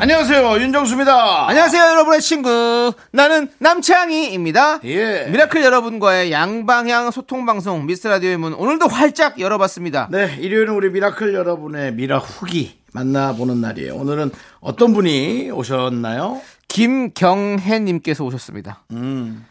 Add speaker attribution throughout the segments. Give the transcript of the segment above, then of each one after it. Speaker 1: 안녕하세요 윤정수입니다.
Speaker 2: 안녕하세요, 여러분의 친구. 나는 남창희입니다.
Speaker 1: 예.
Speaker 2: 미라클 여러분과의 양방향 소통 방송 미스 라디오의 문 오늘도 활짝 열어봤습니다.
Speaker 1: 네 일요일은 우리 미라클 여러분의 미라 후기 만나보는 날이에요. 오늘은 어떤 분이 오셨나요?
Speaker 2: 김경혜님께서 오셨습니다.
Speaker 1: 음.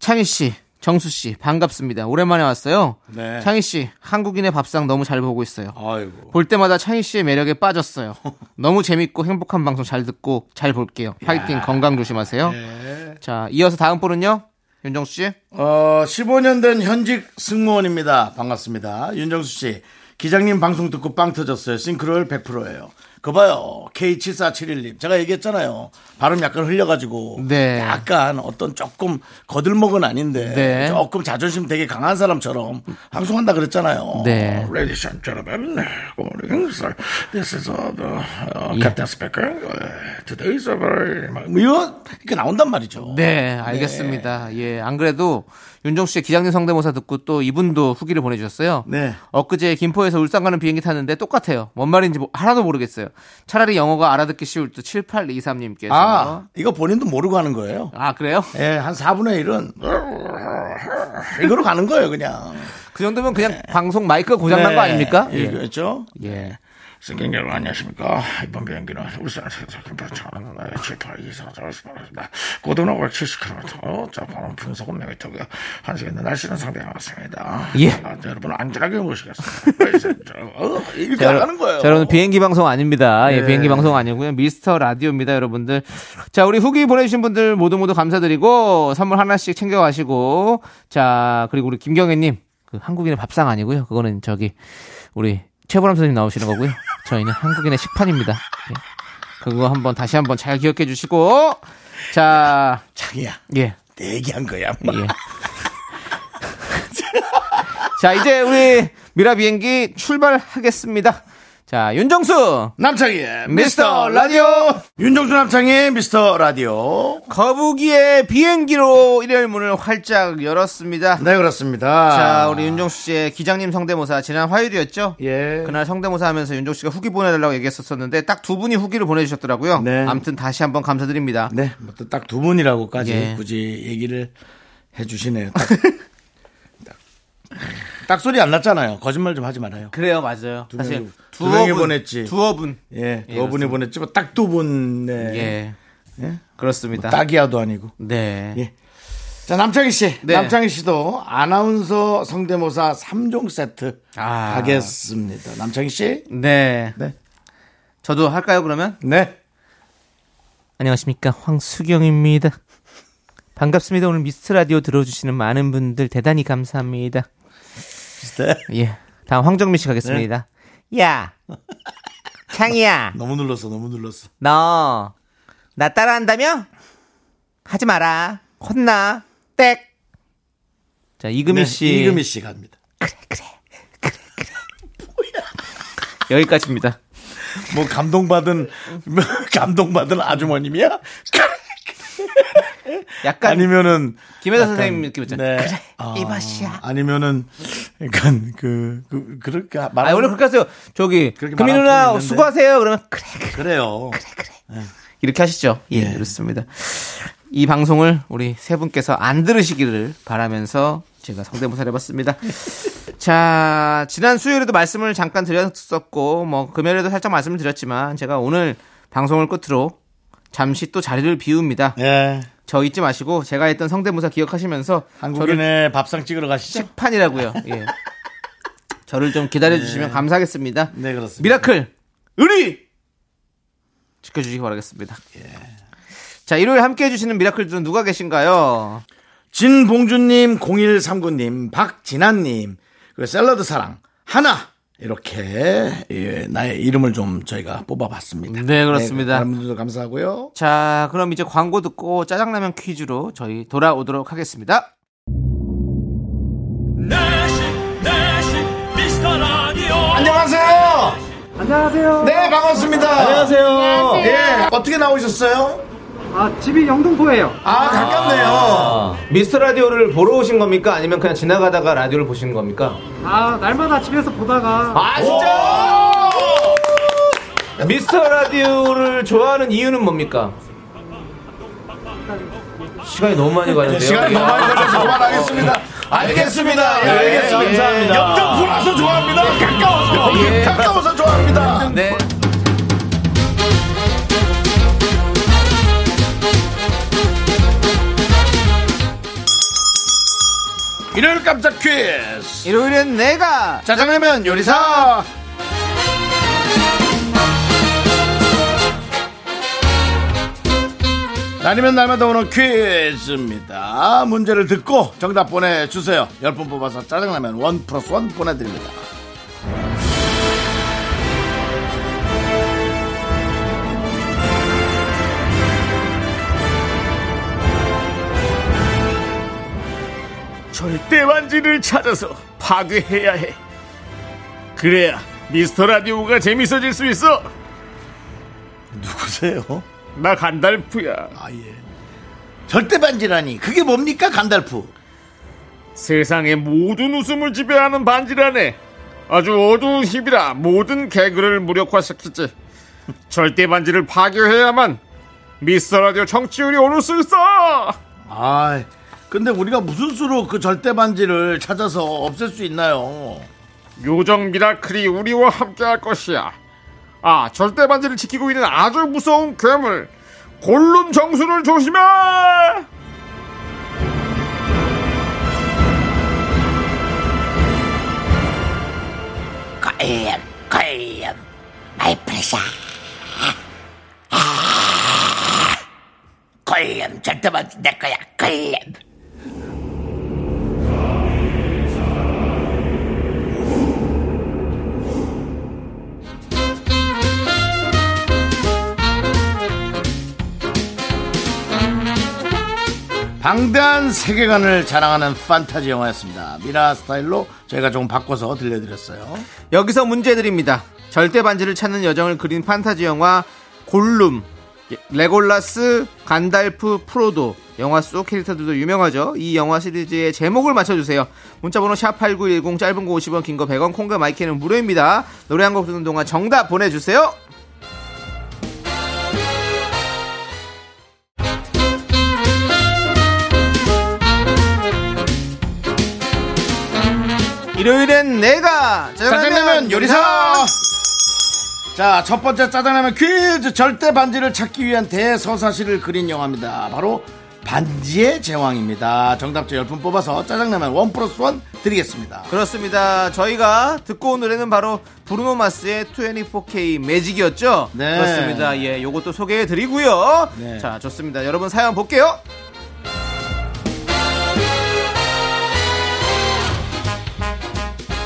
Speaker 2: 창희 씨, 정수 씨, 반갑습니다. 오랜만에 왔어요.
Speaker 1: 네.
Speaker 2: 창희 씨, 한국인의 밥상 너무 잘 보고 있어요.
Speaker 1: 아이고
Speaker 2: 볼 때마다 창희 씨의 매력에 빠졌어요. 너무 재밌고 행복한 방송 잘 듣고 잘 볼게요. 파이팅, 건강 조심하세요.
Speaker 1: 예.
Speaker 2: 자, 이어서 다음 분은요, 윤정수 씨.
Speaker 1: 어 15년 된 현직 승무원입니다. 반갑습니다. 윤정수 씨 기장님 방송 듣고 빵 터졌어요. 싱크로율 100%예요. 그 봐요 K74711님 제가 얘기했잖아요. 발음 약간 흘려가지고
Speaker 2: 네.
Speaker 1: 약간 어떤 조금 거들먹은 아닌데
Speaker 2: 네.
Speaker 1: 조금 자존심 되게 강한 사람처럼 방송한다 그랬잖아요.
Speaker 2: 네.
Speaker 1: Ladies and gentlemen, good morning, sir. This is uh, the
Speaker 2: 예.
Speaker 1: uh, Captain Speaker. Uh, Today is a very 막 이거 이렇게 나온단 말이죠.
Speaker 2: 네, 알겠습니다. 예, 안 그래도 윤정수 씨의 기장님 성대모사 듣고 또 이분도 후기를 보내주셨어요.
Speaker 1: 네.
Speaker 2: 엊그제 김포에서 울산 가는 비행기 탔는데 똑같아요. 뭔 말인지 뭐- 하나도 모르겠어요. 차라리 영어가 알아듣기 쉬울 듯 7823님께서.
Speaker 1: 아, 이거 본인도 모르고 하는 거예요.
Speaker 2: 아, 그래요?
Speaker 1: 예, 한 4분의 1은 이거로 가는 거예요, 그냥.
Speaker 2: 그 정도면 그냥 방송 마이크가 고장난
Speaker 1: 네.
Speaker 2: 거 아닙니까?
Speaker 1: 예, 그렇죠?
Speaker 2: 예.
Speaker 1: 승객 여러분 안녕하십니까? 이번 비행기는 울산에서 김포천 7824습니다 고도노가 70km, 자파는 분석은 100m고요. 한 시간 날씨는 상당히 나왔습니다.
Speaker 2: 예.
Speaker 1: 아, 여러분 안전하게 모시겠습니다. 어, 이렇게
Speaker 2: 자,
Speaker 1: 하는 거예요.
Speaker 2: 자, 여러분 비행기 방송 아닙니다. 예,
Speaker 1: 네.
Speaker 2: 비행기 방송 아니고요. 미스터 라디오입니다, 여러분들. 자, 우리 후기 보내주신 분들 모두 모두 감사드리고 선물 하나씩 챙겨가시고 자, 그리고 우리 김경애님 그 한국인의 밥상 아니고요. 그거는 저기 우리 최보람 선생님 나오시는 거고요. 저희는 한국인의 식판입니다. 예. 그거 한번 다시 한번 잘 기억해 주시고 자,
Speaker 1: 자기야,
Speaker 2: 예,
Speaker 1: 내기한 거야.
Speaker 2: 예. 자, 이제 우리 미라 비행기 출발하겠습니다. 자, 윤정수
Speaker 1: 남창희의 미스터
Speaker 2: 미스터
Speaker 1: 라디오 윤정수 남창희의 미스터 라디오
Speaker 2: 거북이의 비행기로 일요일 문을 활짝 열었습니다.
Speaker 1: 네 그렇습니다
Speaker 2: 자, 우리 윤종수 씨의 기장님 성대모사 지난 화요일이었죠?
Speaker 1: 예.
Speaker 2: 그날 성대모사 하면서 윤종 씨가 후기 보내달라고 얘기했었었는데 딱 두 분이 후기를 보내주셨더라고요.
Speaker 1: 네.
Speaker 2: 아무튼 다시 한번 감사드립니다.
Speaker 1: 네, 딱 두 분이라고까지
Speaker 2: 예.
Speaker 1: 굳이 얘기를 해주시네요. 딱, 딱- 딱 소리 안 났잖아요. 거짓말 좀 하지 말아요.
Speaker 2: 그래요, 맞아요.
Speaker 1: 두
Speaker 2: 사실
Speaker 1: 명이- 두 명이
Speaker 2: 분,
Speaker 1: 보냈지.
Speaker 2: 두어 분.
Speaker 1: 예, 두
Speaker 2: 예,
Speaker 1: 분이 보냈지만 딱 두 분의 네. 뭐
Speaker 2: 예. 그렇습니다.
Speaker 1: 딱이야도 아니고.
Speaker 2: 네.
Speaker 1: 예. 자, 남창희 씨.
Speaker 2: 네.
Speaker 1: 남창희 씨도 아나운서 성대모사 3종 세트
Speaker 2: 아.
Speaker 1: 하겠습니다. 남창희 씨.
Speaker 2: 네.
Speaker 1: 네.
Speaker 2: 저도 할까요, 그러면?
Speaker 1: 네.
Speaker 2: 안녕하십니까 황수경입니다. 반갑습니다. 오늘 미스트 라디오 들어주시는 많은 분들 대단히 감사합니다. 예. 네. 다음 황정민 씨 가겠습니다. 야, 창이야,
Speaker 1: 너무 눌렀어, 너무 눌렀어.
Speaker 2: 너 나 따라한다며? 하지 마라. 혼나. 땡. 자 이금희
Speaker 1: 네,
Speaker 2: 씨.
Speaker 1: 이금희 씨 갑니다.
Speaker 2: 여기까지입니다.
Speaker 1: 뭐 감동받은, 감동받은 아주머님이야?
Speaker 2: 약간
Speaker 1: 아니면은
Speaker 2: 김혜자
Speaker 1: 약간,
Speaker 2: 선생님 느낌 있잖아요.
Speaker 1: 네. 아, 아니면은 약간 그, 그 그렇게 말하
Speaker 2: 아 원래 그렇게 하세요. 저기
Speaker 1: 그렇게
Speaker 2: 금희
Speaker 1: 말하는
Speaker 2: 누나
Speaker 1: 톤이 있는데.
Speaker 2: 수고하세요. 그러면 그래 그래.
Speaker 1: 그래요.
Speaker 2: 이렇게 하시죠. 예,
Speaker 1: 예.
Speaker 2: 그렇습니다. 이 방송을 우리 세 분께서 안 들으시기를 바라면서 제가 성대모사를 해봤습니다. 자, 지난 수요일에도 말씀을 잠깐 드렸었고, 뭐, 금요일에도 살짝 말씀을 드렸지만, 제가 오늘 방송을 끝으로 잠시 또 자리를 비웁니다.
Speaker 1: 예.
Speaker 2: 저 잊지 마시고, 제가 했던 성대모사 기억하시면서,
Speaker 1: 한국인의
Speaker 2: 저를
Speaker 1: 밥상 찍으러 가시죠.
Speaker 2: 책판이라고요. 예. 저를 좀 기다려주시면 감사하겠습니다.
Speaker 1: 네, 그렇습니다.
Speaker 2: 미라클 의리 지켜주시기 바라겠습니다. 자 일요일 함께 해주시는 미라클들은 누가 계신가요?
Speaker 1: 진봉준님, 0139님, 박진아님, 그리고 샐러드 사랑 그 하나. 이렇게 예, 나의 이름을 좀 저희가 뽑아봤습니다.
Speaker 2: 네, 그렇습니다.
Speaker 1: 다른 분들도 감사하고요.
Speaker 2: 자, 그럼 이제 광고 듣고 짜장라면 퀴즈로 저희 돌아오도록 하겠습니다.
Speaker 3: 내식
Speaker 4: 네,
Speaker 3: 내식 미스터 라디오
Speaker 1: 안녕하세요.
Speaker 5: 안녕하세요.
Speaker 1: 네, 반갑습니다. 안녕하세요.
Speaker 6: 안녕하세요.
Speaker 1: 예, 어떻게 나오셨어요?
Speaker 5: 아, 집이 영등포예요.
Speaker 1: 아, 가깝네요.
Speaker 2: 미스터 라디오를 보러 오신 겁니까? 아니면 그냥 지나가다가 라디오를 보신 겁니까?
Speaker 5: 아, 날마다 집에서 보다가
Speaker 2: 아, 진짜! 미스터 라디오를 좋아하는 이유는 뭡니까? 시간이 너무 많이 가는데요.
Speaker 1: 시간이 너무 그러니까 많이 걸려서 그만하겠습니다. 알겠습니다. 예, 알겠습니다.
Speaker 2: 네, 감사합니다.
Speaker 1: 영등포 와서 아. 좋아합니다. 가까워서.
Speaker 2: 예.
Speaker 1: 가까워서 좋아합니다.
Speaker 2: 네.
Speaker 1: 일요일 깜짝 퀴즈.
Speaker 2: 일요일엔 내가
Speaker 1: 짜장라면 요리사. 날이면 날마다 오는 퀴즈입니다. 문제를 듣고 정답 보내주세요. 10분 뽑아서 짜장라면 원 플러스 원 보내드립니다.
Speaker 4: 절대 완지를 찾아서 파괴해야 해. 그래야 미스터 라디오가 재밌어질 수 있어.
Speaker 1: 누구세요?
Speaker 4: 나 간달프야.
Speaker 1: 아, 예. 절대 반지라니. 그게 뭡니까, 간달프?
Speaker 4: 세상의 모든 웃음을 지배하는 반지라네. 아주 어두운 힘이라 모든 개그를 무력화시키지. 절대 반지를 파괴해야만 미스터 라디오 청취율이 오를 수 있어.
Speaker 1: 아, 근데 우리가 무슨 수로 그 절대 반지를 찾아서 없앨 수 있나요?
Speaker 4: 요정 미라클이 우리와 함께할 것이야. 아, 절대 반지를 지키고 있는 아주 무서운 괴물 골룸 정수를 조심해.
Speaker 1: 방대한 세계관을 자랑하는 판타지 영화였습니다. 미라 스타일로 저희가 조금 바꿔서 들려드렸어요.
Speaker 2: 여기서 문제 드립니다. 절대 반지를 찾는 여정을 그린 판타지 영화 골룸 레골라스, 간달프, 프로도 영화 속 캐릭터들도 유명하죠. 이 영화 시리즈의 제목을 맞춰주세요. 문자번호 샵8910 짧은 거 50원 긴 거 100원 콩과 마이크는 무료입니다. 노래 한 곡 듣는 동안 정답 보내주세요. 일요일엔 내가
Speaker 1: 짜장라면 요리사! 자, 첫 번째 짜장라면 퀴즈! 절대 반지를 찾기 위한 대서사시를 그린 영화입니다. 바로 반지의 제왕입니다. 정답자 10분 뽑아서 짜장라면 원 플러스 원 드리겠습니다.
Speaker 2: 그렇습니다. 저희가 듣고 온 노래는 바로 브루노 마스의 24K 매직이었죠.
Speaker 1: 네.
Speaker 2: 그렇습니다. 예, 요것도 소개해 드리고요.
Speaker 1: 네.
Speaker 2: 자, 좋습니다. 여러분 사연 볼게요.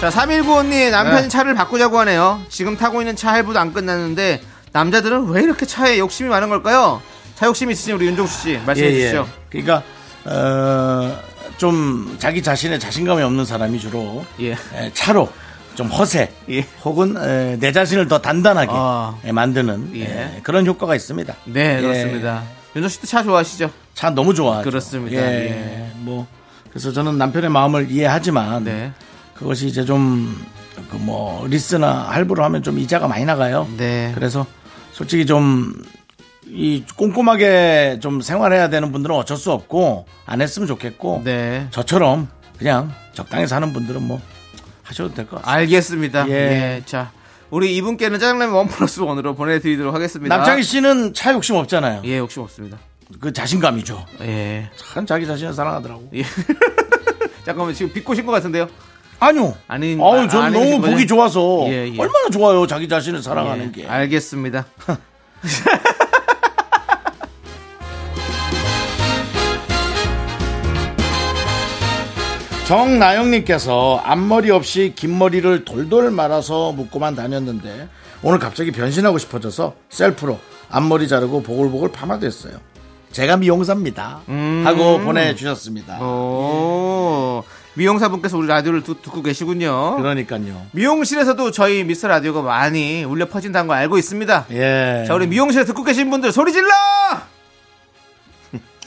Speaker 2: 자, 3195님 남편이
Speaker 1: 네.
Speaker 2: 차를 바꾸자고 하네요. 지금 타고 있는 차 할부도 안 끝났는데 남자들은 왜 이렇게 차에 욕심이 많은 걸까요? 차 욕심 있으신 우리 윤종수 씨 말씀해 주시죠.
Speaker 1: 그러니까 어, 좀 자기 자신의 자신감이 없는 사람이 주로
Speaker 2: 예.
Speaker 1: 에, 차로 좀 허세
Speaker 2: 예.
Speaker 1: 혹은 에, 내 자신을 더 단단하게
Speaker 2: 아.
Speaker 1: 에, 만드는
Speaker 2: 예.
Speaker 1: 에, 그런 효과가 있습니다.
Speaker 2: 네,
Speaker 1: 예.
Speaker 2: 그렇습니다. 윤종 씨도 차 좋아하시죠?
Speaker 1: 차 너무 좋아.
Speaker 2: 그렇습니다. 예.
Speaker 1: 뭐 그래서 저는 남편의 마음을 이해하지만
Speaker 2: 네.
Speaker 1: 그것이 이제 좀 그 뭐 리스나 할부로 하면 좀 이자가 많이 나가요.
Speaker 2: 네.
Speaker 1: 그래서 솔직히 좀 이 꼼꼼하게 좀 생활해야 되는 분들은 어쩔 수 없고 안 했으면 좋겠고
Speaker 2: 네.
Speaker 1: 저처럼 그냥 적당히 사는 분들은 뭐 하셔도 될 것 같습니다.
Speaker 2: 알겠습니다.
Speaker 1: 예.
Speaker 2: 예. 자, 우리 이분께는 짜장라면 원 플러스 원으로 보내드리도록 하겠습니다.
Speaker 1: 남창희 씨는 차 욕심 없잖아요.
Speaker 2: 예, 욕심 없습니다.
Speaker 1: 그 자신감이죠.
Speaker 2: 예.
Speaker 1: 참 자기 자신을 사랑하더라고.
Speaker 2: 예. 잠깐만, 지금 비꼬신 것 같은데요?
Speaker 1: 아니요.
Speaker 2: 아닌-
Speaker 1: 아우 전
Speaker 2: 아니신
Speaker 1: 너무
Speaker 2: 거죠?
Speaker 1: 보기 좋아서
Speaker 2: 예, 예.
Speaker 1: 얼마나 좋아요 자기 자신을 사랑하는
Speaker 2: 예,
Speaker 1: 게.
Speaker 2: 알겠습니다.
Speaker 1: 정나영님께서 앞머리 없이 긴 머리를 돌돌 말아서 묶고만 다녔는데 오늘 갑자기 변신하고 싶어져서 셀프로 앞머리 자르고 보글보글 파마됐어요. 제가 미용사입니다.
Speaker 2: 음.
Speaker 1: 하고 보내주셨습니다.
Speaker 2: 뭐. 오, 어, 미용사분께서 우리 라디오를 듣, 고 계시군요.
Speaker 1: 그러니까요.
Speaker 2: 미용실에서도 저희 미스터 라디오가 많이 울려 퍼진다는 거 알고 있습니다.
Speaker 1: 예.
Speaker 2: 자, 우리 미용실에 듣고 계신 분들 소리 질러!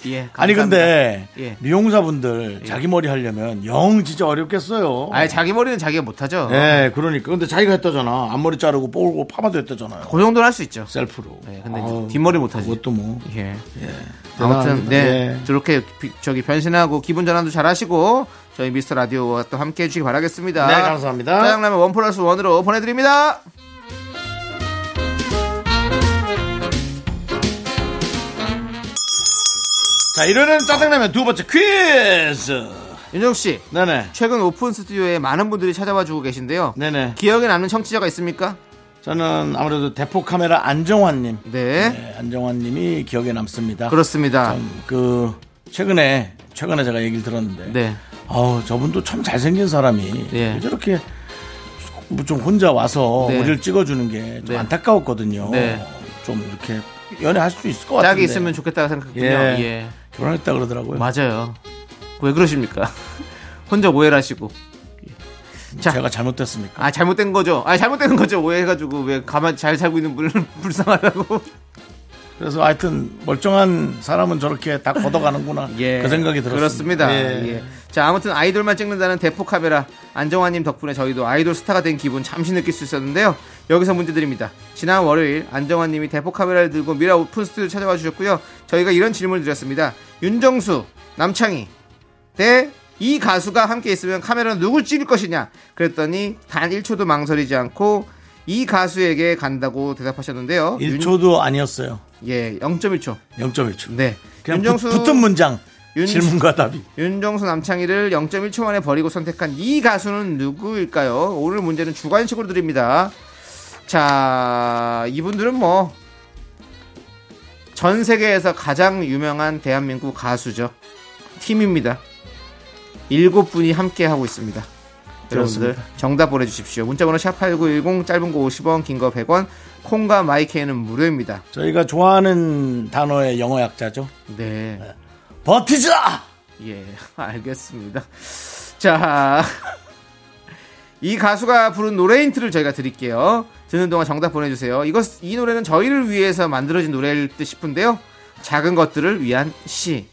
Speaker 2: 예. 감사합니다.
Speaker 1: 아니 근데
Speaker 2: 예.
Speaker 1: 미용사분들 자기 머리 하려면 영 진짜 어렵겠어요.
Speaker 2: 아니, 자기 머리는 자기가 못하죠.
Speaker 1: 예, 그러니까. 근데 자기가 했다잖아. 앞머리 자르고 뽀고 파마도 했다잖아요.
Speaker 2: 그 정도는 할 수 있죠.
Speaker 1: 셀프로.
Speaker 2: 예, 근데
Speaker 1: 아우,
Speaker 2: 뒷머리 못하지.
Speaker 1: 그것도 뭐.
Speaker 2: 예. 아무튼
Speaker 1: 대단합니다.
Speaker 2: 네
Speaker 1: 예.
Speaker 2: 저렇게 비- 저기 변신하고 기분 전환도 잘하시고 저희 미스터 라디오와 또 함께 해주시기 바라겠습니다.
Speaker 1: 네, 감사합니다.
Speaker 2: 짜장라면 원 플러스 원으로 보내드립니다.
Speaker 1: 자, 일요일은 짜장라면 두 번째 퀴즈.
Speaker 2: 윤정 씨
Speaker 1: 네네.
Speaker 2: 최근 오픈 스튜디오에 많은 분들이 찾아와 주고 계신데요.
Speaker 1: 네네.
Speaker 2: 기억에 남는 청취자가 있습니까?
Speaker 1: 저는 아무래도 대포 카메라 안정환님.
Speaker 2: 네,
Speaker 1: 네, 안정환님이 기억에 남습니다.
Speaker 2: 그렇습니다.
Speaker 1: 참, 그 최근에 최근에 제가 얘기를 들었는데.
Speaker 2: 네
Speaker 1: 아우 저분도 참 잘생긴 사람이
Speaker 2: 예.
Speaker 1: 왜 저렇게 뭐좀 혼자 와서
Speaker 2: 네.
Speaker 1: 우리를 찍어주는 게 좀
Speaker 2: 네.
Speaker 1: 안타까웠거든요.
Speaker 2: 네.
Speaker 1: 좀 이렇게 연애할 수 있을 것 같은데.
Speaker 2: 짝이 있으면 좋겠다고 생각했군요.
Speaker 1: 예.
Speaker 2: 예.
Speaker 1: 결혼했다 그러더라고요.
Speaker 2: 맞아요. 왜 그러십니까? 혼자 오해를 하시고 자.
Speaker 1: 제가 잘못됐습니까?
Speaker 2: 아 잘못된 거죠. 아 잘못된 거죠. 오해해가지고 왜 가만 잘 살고 있는 분을 불쌍하다고.
Speaker 1: 그래서 하여튼 멀쩡한 사람은 저렇게 다 걷어가는구나
Speaker 2: 예.
Speaker 1: 그 생각이 들었습니다.
Speaker 2: 그렇습니다.
Speaker 1: 예.
Speaker 2: 예. 자, 아무튼 아이돌만 찍는다는 대포 카메라 안정환님 덕분에 저희도 아이돌 스타가 된 기분 잠시 느낄 수 있었는데요. 여기서 문제 드립니다. 지난 월요일 안정환님이 대포 카메라를 들고 미라 오픈 스튜디오 찾아와 주셨고요. 저희가 이런 질문을 드렸습니다. 윤정수, 남창희 대 이 가수가 함께 있으면 카메라는 누굴 찍을 것이냐? 그랬더니 단 1초도 망설이지 않고 이 가수에게 간다고 대답하셨는데요.
Speaker 1: 1초도 아니었어요.
Speaker 2: 윤- 예, 0.1초.
Speaker 1: 0.1초.
Speaker 2: 네.
Speaker 1: 그냥 붙- 붙은 문장.
Speaker 2: 윤-
Speaker 1: 질문과 답이.
Speaker 2: 윤정수 남창희를 0.1초 만에 버리고 선택한 이 가수는 누구일까요? 오늘 문제는 주관식으로 드립니다. 자, 이분들은 뭐, 전 세계에서 가장 유명한 대한민국 가수죠. 팀입니다. 일곱 분이 함께 하고 있습니다. 여러분들
Speaker 1: 그렇습니다.
Speaker 2: 정답 보내주십시오. 문자번호 샵8910 짧은 거 50원 긴 거 100원 콩과 마이케이는 무료입니다.
Speaker 1: 저희가 좋아하는 단어의 영어 약자죠.
Speaker 2: 네.
Speaker 1: 버티자!
Speaker 2: 예, 알겠습니다. 자, 이 가수가 부른 노래 힌트를 저희가 드릴게요. 듣는 동안 정답 보내주세요. 이것, 이 노래는 저희를 위해서 만들어진 노래일 듯 싶은데요. 작은 것들을 위한 시.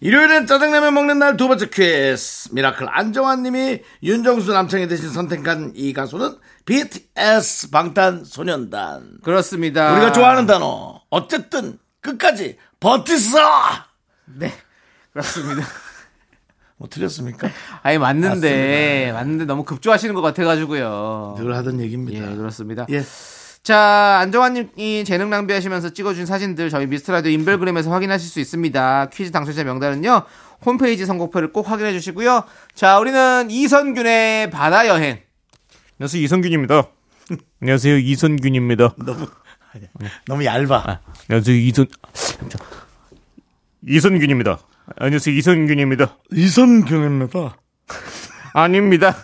Speaker 1: 일요일엔 짜장라면 먹는 날 두 번째 퀴즈. 미라클 안정환님이 윤정수 남창희 대신 선택한 이 가수는 BTS 방탄소년단.
Speaker 2: 그렇습니다.
Speaker 1: 우리가 좋아하는 단어. 어쨌든 끝까지 버티서.
Speaker 2: 네, 그렇습니다.
Speaker 1: 뭐 틀렸습니까?
Speaker 2: 아니, 맞는데, 맞는데 너무 급조하시는 것 같아가지고요.
Speaker 1: 늘 하던
Speaker 2: 예,
Speaker 1: 얘기입니다.
Speaker 2: 그렇습니다.
Speaker 1: 어. 예.
Speaker 2: 자, 안정환님이 재능 낭비하시면서 찍어준 사진들 저희 미스터라디오 인별그램에서 확인하실 수 있습니다. 퀴즈 당첨자 명단은요. 홈페이지 선곡표를 꼭 확인해 주시고요. 자, 우리는 이선균의 바다 여행.
Speaker 4: 안녕하세요 이선균입니다. 안녕하세요 이선균입니다.
Speaker 1: 너무 너무 얇아.
Speaker 4: 안녕하세요 이선 이선균입니다. 안녕하세요 이선균입니다.
Speaker 1: 이선균입니다.
Speaker 2: 아닙니다.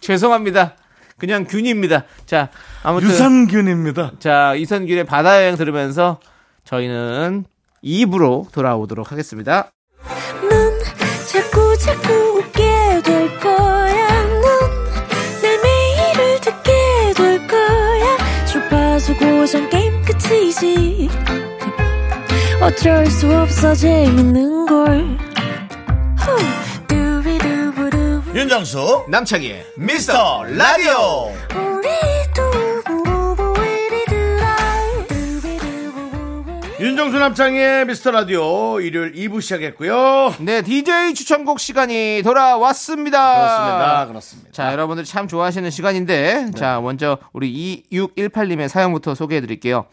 Speaker 2: 죄송합니다. 그냥 균입니다. 자, 아무튼
Speaker 1: 유산균입니다.
Speaker 2: 자, 이선균의 바다 여행 들으면서 저희는 2부로 돌아오도록 하겠습니다.
Speaker 6: 넌 자꾸 자꾸 웃게 될 거야. 넌내 매일을 듣게 될 거야. 주파수 고정 게임 끝이지. 어쩔 수 없어 재밌는 걸. 후. 두비두부두.
Speaker 1: 윤정수
Speaker 2: 남창희의
Speaker 1: 미스터 라디오.
Speaker 6: 우리 두부부부 우리 두라. 두비두부부부.
Speaker 1: 윤정수 남창희의 미스터 라디오 일요일 2부 시작했고요.
Speaker 2: 네, DJ 추천곡 시간이 돌아왔습니다.
Speaker 1: 그렇습니다. 그렇습니다.
Speaker 2: 자, 여러분들 참 좋아하시는 시간인데,
Speaker 1: 네.
Speaker 2: 자, 먼저 우리 2618님의 사연부터 소개해 드릴게요.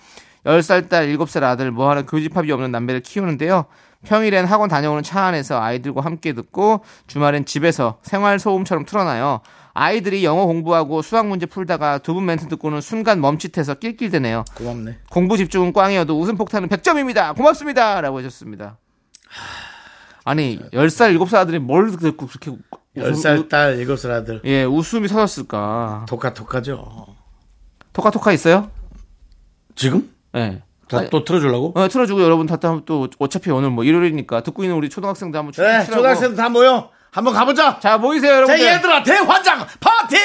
Speaker 2: 10살 딸, 7살 아들, 뭐하는 교집합이 없는 남매를 키우는데요. 평일엔 학원 다녀오는 차 안에서 아이들과 함께 듣고, 주말엔 집에서 생활소음처럼 틀어놔요. 아이들이 영어 공부하고 수학 문제 풀다가 두 분 멘트 듣고는 순간 멈칫해서 낄낄대네요.
Speaker 1: 고맙네.
Speaker 2: 공부 집중은 꽝이어도 웃음 폭탄은 100점입니다. 고맙습니다. 라고 해줬습니다. 아니, 10살, 7살 아들이 뭘 듣고 그렇게.
Speaker 1: 열
Speaker 2: 웃음-
Speaker 1: 살 딸, 일곱 살 아들.
Speaker 2: 예, 웃음이 터졌을까.
Speaker 1: 독카독카죠.
Speaker 2: 토카토카 있어요?
Speaker 1: 지금?
Speaker 2: 예.
Speaker 1: 자, 또 틀어주려고?
Speaker 2: 어, 틀어주고 여러분 다 한번 또 어차피 오늘 뭐 일요일이니까 듣고 있는 우리 초등학생들 한번 출
Speaker 1: 그래, 네, 초등학생 다 모여. 한번 가보자.
Speaker 2: 자 모이세요 여러분.
Speaker 1: 자, 얘들아, 대환장 파티!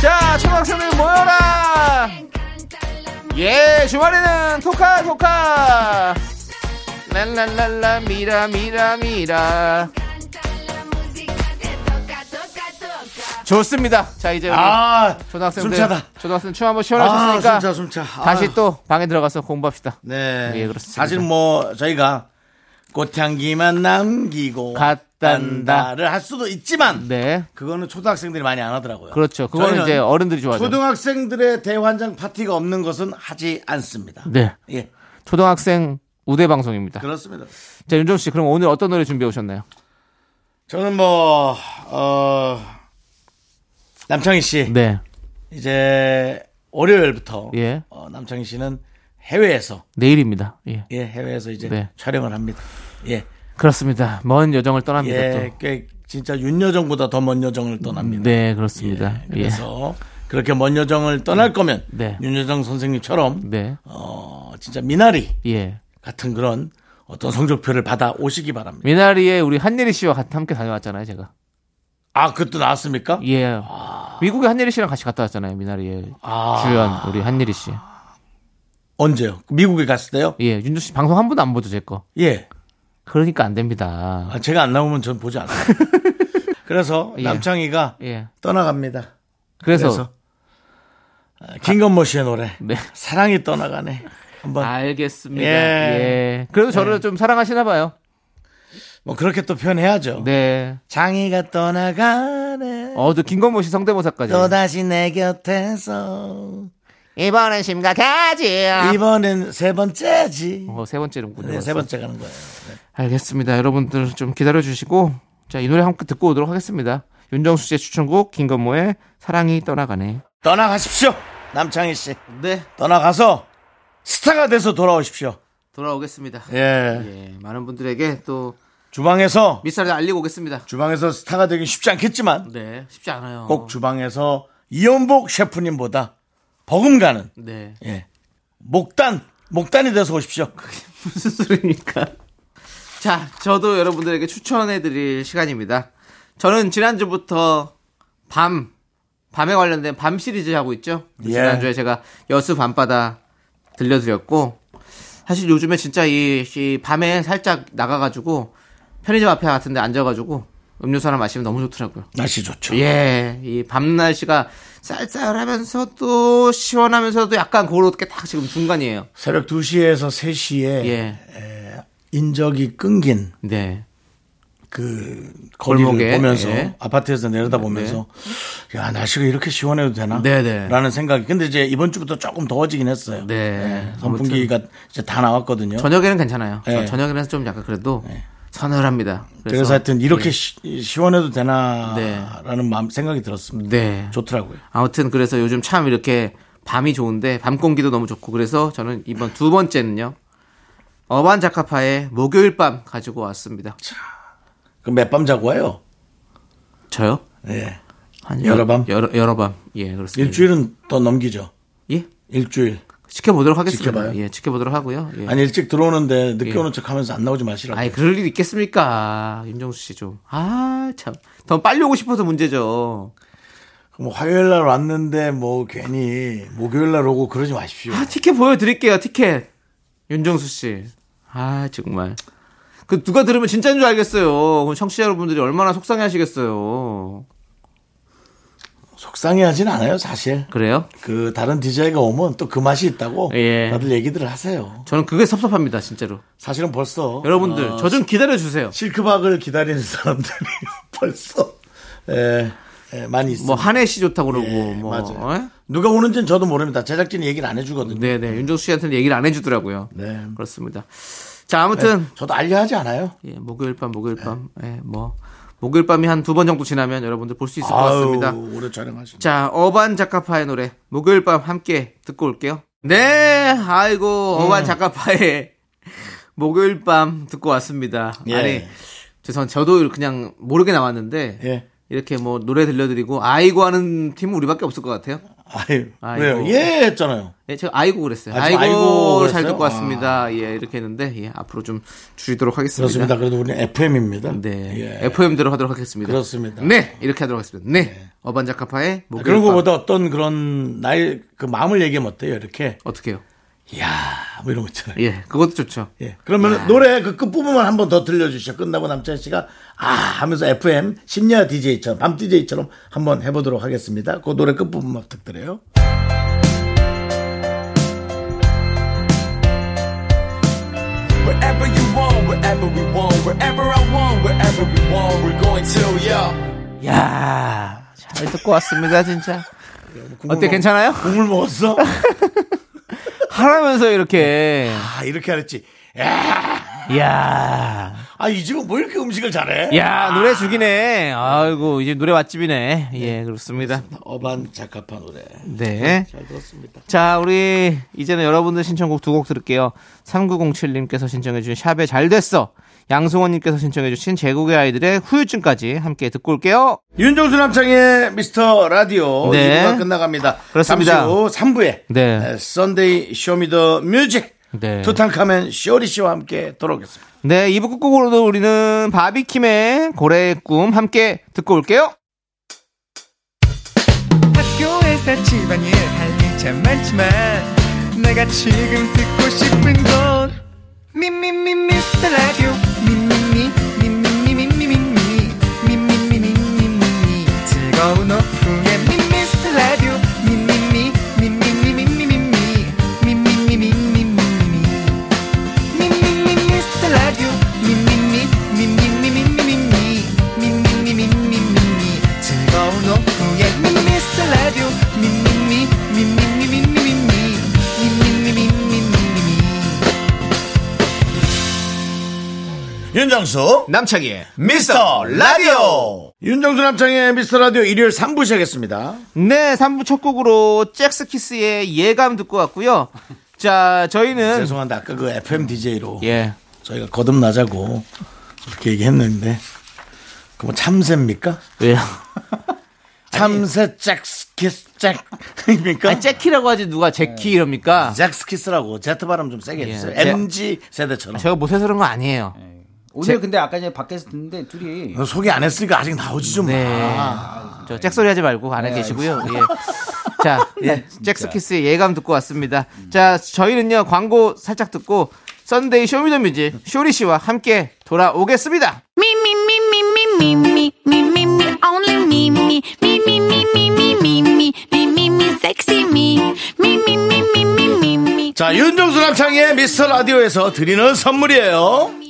Speaker 2: 자 초등학생들 모여라. 예 주말에는 토카 토카. 랄랄랄라 미라 미라 미라. 좋습니다. 자 이제 우리
Speaker 1: 아,
Speaker 2: 초등학생들
Speaker 1: 숨차다.
Speaker 2: 초등학생 춤 한번
Speaker 1: 아,
Speaker 2: 시원하셨으니까
Speaker 1: 숨차, 숨차. 아.
Speaker 2: 다시 또 방에 들어가서 공부합시다.
Speaker 1: 네.
Speaker 2: 예, 그렇습니다.
Speaker 1: 사실 뭐, 저희가 꽃향기만 남기고
Speaker 2: 갔단다.
Speaker 1: 갔단다를 할 수도 있지만,
Speaker 2: 네.
Speaker 1: 그거는 초등학생들이 많이 안 하더라고요.
Speaker 2: 그렇죠. 그거는
Speaker 1: 저희는
Speaker 2: 이제 어른들이 좋아하죠.
Speaker 1: 초등학생들의 대환장 파티가 없는 것은 하지 않습니다.
Speaker 2: 네.
Speaker 1: 예,
Speaker 2: 초등학생 우대 방송입니다.
Speaker 1: 그렇습니다.
Speaker 2: 자, 윤정 씨, 그럼 오늘 어떤 노래 준비해 오셨나요?
Speaker 1: 저는 뭐, 어, 남창희 씨.
Speaker 2: 네.
Speaker 1: 이제 월요일부터
Speaker 2: 예.
Speaker 1: 어, 남창희 씨는 해외에서
Speaker 2: 내일입니다. 예.
Speaker 1: 예 해외에서 이제
Speaker 2: 네.
Speaker 1: 촬영을 합니다. 예,
Speaker 2: 그렇습니다. 먼 여정을 떠납니다.
Speaker 1: 예,
Speaker 2: 또.
Speaker 1: 꽤 진짜 윤 여정보다 더 먼 여정을 떠납니다.
Speaker 2: 네,
Speaker 1: 예,
Speaker 2: 그렇습니다. 예.
Speaker 1: 그래서 그렇게 먼 여정을 떠날 거면
Speaker 2: 네.
Speaker 1: 윤 여정 선생님처럼
Speaker 2: 네.
Speaker 1: 어, 진짜 미나리
Speaker 2: 예.
Speaker 1: 같은 그런 어떤 성적표를 받아 오시기 바랍니다.
Speaker 2: 미나리에 우리 한예리 씨와 같이 함께 다녀왔잖아요, 제가.
Speaker 1: 아, 그것도 나왔습니까?
Speaker 2: 예. 미국에 한예리 씨랑 같이 갔다 왔잖아요, 미나리에.
Speaker 1: 아.
Speaker 2: 주연, 우리 한예리 씨.
Speaker 1: 언제요? 미국에 갔을 때요?
Speaker 2: 예. 윤정 씨 방송 한 번도 안 보죠, 제 거.
Speaker 1: 예.
Speaker 2: 그러니까 안 됩니다.
Speaker 1: 아, 제가 안 나오면 전 보지 않아요. 그래서
Speaker 2: 예.
Speaker 1: 남창희가
Speaker 2: 예.
Speaker 1: 떠나갑니다.
Speaker 2: 그래서.
Speaker 1: 그래서 아, 김건모 씨의 노래
Speaker 2: 네.
Speaker 1: 사랑이 떠나가네 한번
Speaker 2: 알겠습니다.
Speaker 1: 예.
Speaker 2: 예. 그래도 저를 좀 사랑하시나 봐요.
Speaker 1: 뭐 그렇게 또 표현해야죠
Speaker 2: 네.
Speaker 1: 장이가 떠나가네
Speaker 2: 어, 네. 저 김건모 씨 성대모사까지.
Speaker 1: 또다시 내 곁에서
Speaker 2: 이번엔 심각하지.
Speaker 1: 이번엔 세 번째지
Speaker 2: 아. 어, 세 번째는
Speaker 1: 네, 세 번째 가는 거예요
Speaker 2: 알겠습니다. 여러분들 좀 기다려 주시고 자, 이 노래 함께 듣고 오도록 하겠습니다. 윤정수 씨의 추천곡 김건모의 사랑이 떠나가네.
Speaker 1: 떠나가십시오 남창희 씨
Speaker 2: 네,
Speaker 1: 떠나가서 스타가 돼서 돌아오십시오
Speaker 2: 돌아오겠습니다.
Speaker 1: 예
Speaker 2: 예, 많은 분들에게 또
Speaker 1: 주방에서
Speaker 2: 미스터를 알리고 오겠습니다.
Speaker 1: 주방에서 스타가 되긴 쉽지 않겠지만
Speaker 2: 네, 쉽지 않아요.
Speaker 1: 꼭 주방에서 이연복 셰프님보다 버금가는
Speaker 2: 네.
Speaker 1: 예. 목단, 목단이 돼서 오십시오.
Speaker 2: 무슨 소리입니까? 자, 저도 여러분들에게 추천해 드릴 시간입니다. 저는 지난주부터 밤, 밤에 관련된 밤 시리즈 하고 있죠?
Speaker 1: 예.
Speaker 2: 지난주에 제가 여수 밤바다 들려드렸고, 사실 요즘에 진짜 이, 이 밤에 살짝 나가가지고, 편의점 앞에 같은데 앉아가지고, 음료수 하나 마시면 너무 좋더라고요.
Speaker 1: 날씨 좋죠.
Speaker 2: 예, 이 밤 날씨가 쌀쌀하면서도 시원하면서도 약간 그렇게 딱 지금 중간이에요.
Speaker 1: 새벽 2시에서 3시에
Speaker 2: 예,
Speaker 1: 인적이 끊긴
Speaker 2: 네.
Speaker 1: 그 거리를
Speaker 2: 골목에,
Speaker 1: 보면서
Speaker 2: 예.
Speaker 1: 아파트에서 내려다 보면서 야, 날씨가 이렇게 시원해도 되나?
Speaker 2: 네네.
Speaker 1: 라는 생각이. 근데 이제 이번 주부터 조금 더워지긴 했어요.
Speaker 2: 네.
Speaker 1: 예, 선풍기가 이제 다 나왔거든요.
Speaker 2: 어? 저녁에는 괜찮아요.
Speaker 1: 예.
Speaker 2: 저녁에는 좀 약간 그래도 서늘합니다.
Speaker 1: 네.
Speaker 2: 예.
Speaker 1: 그래서, 하여튼 이렇게 시, 원해도 되나?
Speaker 2: 네.
Speaker 1: 라는 마음, 생각이 들었습니다.
Speaker 2: 네.
Speaker 1: 좋더라고요.
Speaker 2: 아무튼 그래서 요즘 참 이렇게 밤이 좋은데 밤 공기도 너무 좋고 그래서 저는 이번 두 번째는요. 어반 자카파의 목요일 밤 가지고 왔습니다.
Speaker 1: 그럼 몇 밤 자고 와요?
Speaker 2: 저요?
Speaker 1: 예.
Speaker 2: 한
Speaker 1: 여러
Speaker 2: 여-
Speaker 1: 밤?
Speaker 2: 여러, 여러 밤. 예, 그렇습니다.
Speaker 1: 일주일은 더 넘기죠.
Speaker 2: 예?
Speaker 1: 일주일.
Speaker 2: 지켜보도록 하겠습니다.
Speaker 1: 지켜봐요.
Speaker 2: 예, 지켜보도록 하고요. 예.
Speaker 1: 아니 일찍 들어오는데 늦게
Speaker 2: 예.
Speaker 1: 오는 척 하면서 안 나오지 마시라고.
Speaker 2: 아이 그럴 일 있겠습니까? 윤정수 씨 좀. 아, 참. 더 빨리 오고 싶어서 문제죠.
Speaker 1: 그럼 뭐 화요일 날 왔는데 뭐 괜히 목요일 날 오고 그러지 마십시오.
Speaker 2: 아, 티켓 보여드릴게요, 티켓. 윤정수 씨. 아, 정말. 그, 누가 들으면 진짜인 줄 알겠어요. 그럼 청취자 여러분들이 얼마나 속상해 하시겠어요.
Speaker 1: 속상해하진 않아요 사실.
Speaker 2: 그래요?
Speaker 1: 그 다른 DJ가 오면 또 그 맛이 있다고
Speaker 2: 예.
Speaker 1: 다들 얘기들을 하세요.
Speaker 2: 저는 그게 섭섭합니다, 진짜로.
Speaker 1: 사실은 벌써
Speaker 2: 여러분들,
Speaker 1: 어,
Speaker 2: 저 좀 기다려주세요.
Speaker 1: 실크박을 기다리는 사람들이 벌써 예, 예, 많이 있어요.
Speaker 2: 뭐, 한혜 씨 좋다고 그러고,
Speaker 1: 예,
Speaker 2: 뭐.
Speaker 1: 맞아요.
Speaker 2: 예?
Speaker 1: 누가 오는지는 저도 모릅니다. 제작진이 얘기를 안 해주거든요.
Speaker 2: 네네, 윤정수 씨한테는 얘기를 안 해주더라고요.
Speaker 1: 네.
Speaker 2: 그렇습니다. 자, 아무튼.
Speaker 1: 저도 알려하지 않아요.
Speaker 2: 예, 목요일 밤, 목요일 밤. 예, 뭐. 목요일 밤이 한 두 번 정도 지나면 여러분들 볼 수 있을 것 같습니다.
Speaker 1: 아유, 오래 촬영하신.
Speaker 2: 자, 어반 작가파의 노래 목요일 밤 함께 듣고 올게요. 네, 아이고
Speaker 1: 음.
Speaker 2: 어반 작가파의 목요일 밤 듣고 왔습니다.
Speaker 1: 예.
Speaker 2: 아니, 죄송, 저도 그냥 모르게 나왔는데
Speaker 1: 예.
Speaker 2: 이렇게 뭐 노래 들려드리고 아이고 하는 팀은 우리밖에 없을 것 같아요.
Speaker 1: 아유,
Speaker 2: 아이고.
Speaker 1: 왜요? 예, 했잖아요.
Speaker 2: 예, 제가 아이고 그랬어요.
Speaker 1: 아,
Speaker 2: 아, 이고
Speaker 1: 지금 아이고
Speaker 2: 잘
Speaker 1: 그랬어요? 아.
Speaker 2: 듣고 왔습니다. 예, 이렇게 했는데 예, 앞으로 좀 줄이도록 하겠습니다.
Speaker 1: 그렇습니다. 그래도 우리는 FM입니다.
Speaker 2: 네,
Speaker 1: 예.
Speaker 2: FM대로 하도록 하겠습니다.
Speaker 1: 그렇습니다. 아,
Speaker 2: 네, 이렇게 하도록 하겠습니다. 네, 어반 작가파의 목요일
Speaker 1: 그런
Speaker 2: 밤
Speaker 1: 거보다 어떤 그런 나의 그 마음을 얘기하면 어때요? 이렇게.
Speaker 2: 어떻게요?
Speaker 1: 이야, 뭐 이런 거 있잖아요.
Speaker 2: 예, 그것도 좋죠.
Speaker 1: 예. 그러면 노래 그 끝부분만 한 번 더 들려주시죠. 끝나고 남찬 씨가 아 하면서 FM 심야 DJ처럼 밤 DJ처럼 한번 해보도록 하겠습니다. 그 노래 끝부분만 부탁드려요.
Speaker 7: Wherever you want, wherever we want, wherever I want, wherever we want, we're going to, yo.
Speaker 2: 야, 잘 듣고 왔습니다, 진짜. 어때 괜찮아요?
Speaker 1: 국물 먹었어?
Speaker 2: 하라면서 이렇게.
Speaker 1: 아 이렇게 하랬지.
Speaker 2: 야,
Speaker 1: 아 이 집은 뭐 이렇게 음식을 잘해?
Speaker 2: 야 노래 죽이네. 아이고 이제 노래 맛집이네. 예, 그렇습니다.
Speaker 1: 어반 자카파 노래.
Speaker 2: 네.
Speaker 1: 잘 들었습니다.
Speaker 2: 자, 우리 이제는 여러분들 신청곡 두 곡 들을게요. 3907님께서 신청해주신 샵에 잘 됐어. 양승원님께서 신청해주신 제국의 아이들의 후유증까지 함께 듣고 올게요.
Speaker 1: 윤종수 남창의 미스터 라디오
Speaker 2: 네.
Speaker 1: 2부가 끝나갑니다.
Speaker 2: 그렇습니다.
Speaker 1: 잠시 후 3부에
Speaker 2: 네.
Speaker 1: 썬데이 쇼미더 뮤직
Speaker 2: 네.
Speaker 1: 투탕카멘 쇼리 씨와 함께 돌아오겠습니다.
Speaker 2: 네, 2부 끝곡으로도 우리는 바비킴의 고래의 꿈 함께 듣고 올게요.
Speaker 8: 학교에서 집안일 할 일 참 많지만 내가 지금 듣고 싶은 건 미미미 미스터 라디오 미미미 미미미 미미미 미미미 미미미 즐거운 오후에 미스터 라디오 미미미 미미미 미미미 미미미 미미미 미미미 미스터 라디오 미미미 미미미 미미미 미미미 미미미 즐거운 오후에 미스터 라디오 미미미 미미미 미미미 미미미 미미미
Speaker 1: 윤정수
Speaker 2: 남창희의
Speaker 1: 미스터 라디오 윤정수 남창의 미스터 라디오 일요일 3부 시작했습니다
Speaker 2: 네, 3부 첫 곡으로 잭스키스의 예감 듣고 왔고요. 자, 저희는
Speaker 1: 죄송한데 아까 그 FM DJ로
Speaker 2: 예.
Speaker 1: 저희가 거듭나자고 그렇게 얘기했는데 그뭐 참새입니까?
Speaker 2: 왜요?
Speaker 1: 참새 잭스키스 잭입니까?
Speaker 2: 아, 잭키라고 하지 누가 제키 이럽니까?
Speaker 1: 잭스키스라고 제트 발음 좀 세게 해주세요
Speaker 2: 예.
Speaker 1: MG 세대처럼
Speaker 2: 제가 못해서 그런 거 아니에요.
Speaker 9: 오늘 근데 아까 전에 밖에서 듣는데 둘이
Speaker 1: 너 소개 안 했으니까 아직 나오지 좀
Speaker 2: 네.
Speaker 1: 마.
Speaker 2: 저 잭소리 하지 말고 안에 계시고요. 예. 자, 잭스키스의 예감 듣고 왔습니다. 자, 저희는요, 광고 살짝 듣고, 썬데이 쇼미더뮤직, 쇼리 씨와 함께 돌아오겠습니다.
Speaker 6: Me, me, me, me, me, me, me, me, me, me, only me, me, me, me, me, me, me, me, me, me, me, me, sexy me, me, me, me, me, me, me, me.
Speaker 1: 자 윤정수 남창의 미스터 라디오에서 드리는 선물이에요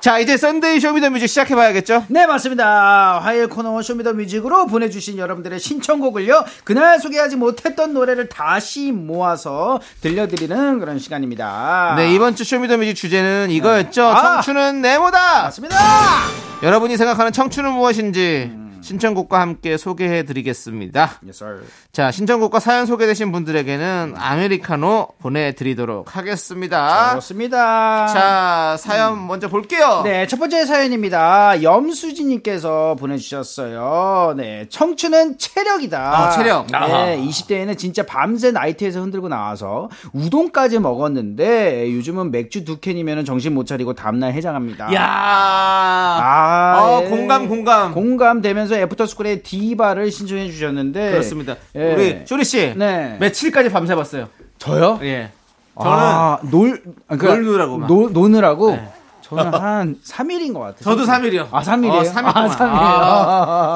Speaker 2: 자, 이제 썬데이 쇼미더뮤직 시작해봐야겠죠?
Speaker 9: 네 맞습니다. 화요일 코너 쇼미더뮤직으로 보내주신 여러분들의 신청곡을요. 그날 소개하지 못했던 노래를 다시 모아서 들려드리는 그런 시간입니다.
Speaker 2: 네, 이번 주 쇼미더뮤직 주제는 이거였죠.
Speaker 9: 아!
Speaker 2: 청춘은 네모다!
Speaker 9: 맞습니다.
Speaker 2: 여러분이 생각하는 청춘은 무엇인지
Speaker 9: 음.
Speaker 2: 신청곡과 함께 소개해드리겠습니다. 자, 신청곡과 사연 소개되신
Speaker 9: 음.
Speaker 2: 분들에게는 아메리카노 보내드리도록 하겠습니다.
Speaker 9: 좋습니다.
Speaker 2: 자, 사연 먼저 볼게요.
Speaker 9: 음. 네, 첫 번째 사연입니다. 염수진님께서 보내주셨어요. 네, 청춘은 체력이다.
Speaker 2: 아, 체력. 아하.
Speaker 9: 네, 20대에는 진짜 밤새 나이트에서 흔들고 나와서 우동까지 먹었는데 요즘은 맥주 두 캔이면 정신 못 차리고 다음날 해장합니다.
Speaker 2: 야
Speaker 9: 아,
Speaker 2: 어, 공감, 공감.
Speaker 9: 공감되면서 애프터스쿨의 디바를 신청해 주셨는데
Speaker 2: 그렇습니다.
Speaker 9: 예.
Speaker 2: 우리 쇼리 씨
Speaker 9: 네.
Speaker 2: 며칠까지 밤새봤어요.
Speaker 9: 저요?
Speaker 2: 예. 저는
Speaker 9: 아, 놀, 아, 그러니까
Speaker 2: 놀느라고만. 네.
Speaker 9: 노- 노느라고 저는 한 3일인 것 같아요.
Speaker 2: 저도 3일이요.
Speaker 9: 아, 3일이에요?
Speaker 2: 어, 3일 동안.
Speaker 9: 아, 3일. 아,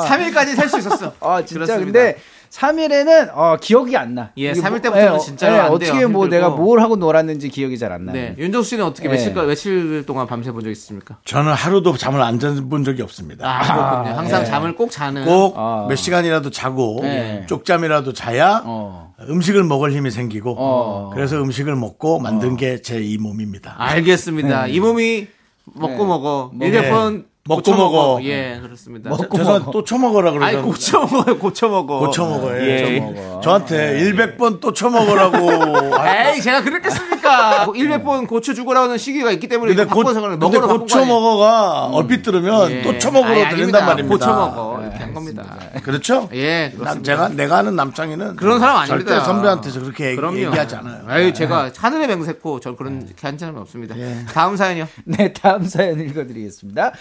Speaker 9: 아, 아.
Speaker 2: 3일까지 살 수 있었어.
Speaker 9: 아 진짜
Speaker 2: 그렇습니다.
Speaker 9: 근데 3일에는 어, 기억이 안 나.
Speaker 2: 예,
Speaker 9: 이게
Speaker 2: 3일 때부터는
Speaker 9: 예, 어,
Speaker 2: 진짜로
Speaker 9: 예,
Speaker 2: 안 돼요.
Speaker 9: 어떻게 뭐
Speaker 2: 힘들고.
Speaker 9: 내가 뭘 하고 놀았는지 기억이 잘 안 나.
Speaker 2: 네.
Speaker 9: 요
Speaker 2: 윤정수 씨는 어떻게
Speaker 9: 예.
Speaker 2: 며칠 며칠 동안 밤새 본 적 있습니까?
Speaker 1: 저는 하루도 잠을 안 잔본 적이 없습니다.
Speaker 2: 아, 그렇군요.
Speaker 9: 예.
Speaker 2: 항상 잠을 꼭 자는
Speaker 1: 꼭
Speaker 9: 아.
Speaker 1: 몇 시간이라도 자고
Speaker 9: 네.
Speaker 1: 쪽잠이라도 자야
Speaker 9: 어.
Speaker 1: 음식을 먹을 힘이 생기고
Speaker 9: 어.
Speaker 1: 그래서 음식을
Speaker 2: 어.
Speaker 1: 먹고 만든 게 제 이
Speaker 2: 아,
Speaker 1: 몸입니다.
Speaker 2: 알겠습니다. 이 몸이 먹고
Speaker 9: 네.
Speaker 2: 먹어.
Speaker 9: 먹-
Speaker 2: 휴대폰
Speaker 1: 네. 먹고
Speaker 2: 고쳐
Speaker 1: 먹어.
Speaker 2: 예, 그렇습니다.
Speaker 1: 죄송 또 처먹으라 그러죠.
Speaker 2: 아니 고쳐 먹어요. 고쳐 먹어.
Speaker 1: 고쳐 먹어요.
Speaker 2: 예.
Speaker 1: 저한테 100번 또 처먹으라고. 할-
Speaker 2: 에이, 제가 그랬겠습니까? 100번 고쳐 주고라는 시기가 있기 때문에
Speaker 1: 근데
Speaker 2: 이거
Speaker 1: 고,
Speaker 2: 바꿔서 그냥
Speaker 1: 근데
Speaker 2: 먹으러 바꾼 거
Speaker 1: 고쳐
Speaker 2: 아니에요?
Speaker 1: 먹어가 얼핏 들으면
Speaker 2: 예.
Speaker 1: 또 처먹으로
Speaker 2: 아니,
Speaker 1: 들린단
Speaker 2: 아닙니다.
Speaker 1: 말입니다. 아,
Speaker 2: 고쳐 먹어. 이렇게 한 겁니다.
Speaker 1: 그렇죠?
Speaker 2: 예,
Speaker 1: 남,
Speaker 2: 그렇습니다.
Speaker 1: 제가 내가 아는 남창이는
Speaker 2: 그런 사람 아닙니다.
Speaker 1: 절대 선배한테 저 그렇게 얘기,
Speaker 2: 그럼요.
Speaker 1: 얘기하지 않아요.
Speaker 2: 아유, 제가 하늘의 맹세코 전 그런
Speaker 1: 네.
Speaker 2: 게한 사람이 없습니다.
Speaker 1: 예.
Speaker 2: 다음 사연이요.
Speaker 9: 네, 다음 사연 읽어드리겠습니다.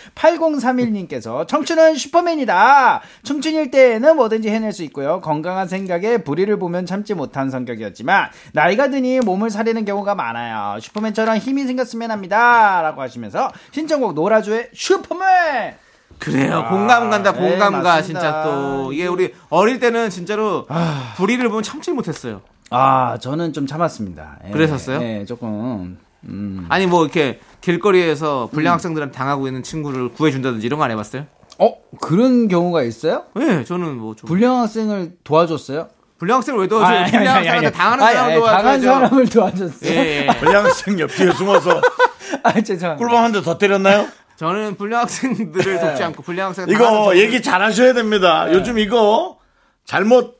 Speaker 9: 8031님께서 청춘은 슈퍼맨이다. 청춘일 때에는 뭐든지 해낼 수 있고요. 건강한 생각에 불의를 보면 참지 못한 성격이었지만 나이가 드니 몸을 사리는 경우가 많아요. 슈퍼맨처럼 힘이 생겼으면 합니다. 라고 하시면서 신청곡 노라조의 슈퍼맨!
Speaker 2: 그래요. 아, 공감 간다, 공감
Speaker 9: 네,
Speaker 2: 가.
Speaker 9: 맞습니다.
Speaker 2: 진짜 또.
Speaker 1: 음.
Speaker 2: 이게 우리 어릴 때는 진짜로
Speaker 1: 아.
Speaker 2: 불의를 보면 참지 못했어요.
Speaker 9: 아, 저는 좀 참았습니다. 예,
Speaker 2: 그랬었어요?
Speaker 9: 예, 조금. 음.
Speaker 2: 아니, 뭐 이렇게 길거리에서 불량 학생들한테 당하고 있는 친구를 구해준다든지 이런 거 안 해봤어요?
Speaker 9: 어, 그런 경우가 있어요?
Speaker 2: 예, 저는 뭐 좀.
Speaker 9: 불량 학생을 도와줬어요? 아,
Speaker 2: 불량 학생을 왜 도와줘요? 불량 학생한테 당하는
Speaker 9: 아니,
Speaker 2: 사람을
Speaker 9: 아니, 당한
Speaker 2: 도와줘야죠.
Speaker 9: 사람을 도와줬어요.
Speaker 2: 예, 예.
Speaker 1: 불량학생 옆뒤에 숨어서
Speaker 9: 아, 죄송합니다.
Speaker 1: 꿀밤 한 대 더 때렸나요?
Speaker 2: 저는 불량
Speaker 9: 예.
Speaker 2: 학생들을 돕지 않고 불량 학생 예.
Speaker 1: 이거 얘기 잘 하셔야 됩니다. 요즘 이거 잘못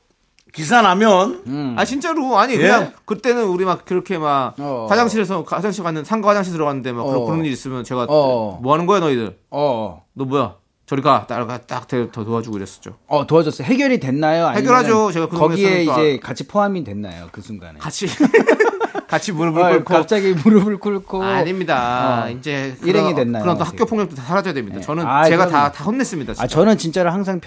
Speaker 1: 기사 나면
Speaker 9: 음.
Speaker 2: 아 진짜로 아니 그냥 그때는 우리 막 그렇게 막
Speaker 9: 예? 어.
Speaker 2: 화장실에서 화장실 갔는 상가 화장실 들어갔는데 막 그런
Speaker 9: 어.
Speaker 2: 그런 일 있으면 제가
Speaker 9: 어.
Speaker 2: 뭐 하는 거야 너희들
Speaker 9: 어,
Speaker 2: 너 뭐야 저리 가 따라가 딱 더 도와주고 이랬었죠
Speaker 9: 어 도와줬어요. 해결이 됐나요? 아니면
Speaker 2: 해결하죠. 제가 그
Speaker 9: 거기에
Speaker 2: 동네에서는 또
Speaker 9: 이제 같이 포함이 됐나요? 그 순간에.
Speaker 2: 같이 같이 무릎을
Speaker 9: 아,
Speaker 2: 꿇고
Speaker 9: 갑자기 무릎을 꿇고.
Speaker 2: 아닙니다
Speaker 9: 어.
Speaker 2: 이제
Speaker 9: 일행이
Speaker 2: 그런-
Speaker 9: 됐나요,
Speaker 2: 그런 또
Speaker 9: 어떻게?
Speaker 2: 학교 폭력도 다 사라져야 됩니다 저는
Speaker 9: 아,
Speaker 2: 제가
Speaker 9: 그럼-
Speaker 2: 다, 다 혼냈습니다 진짜.
Speaker 9: 아, 저는 진짜로 항상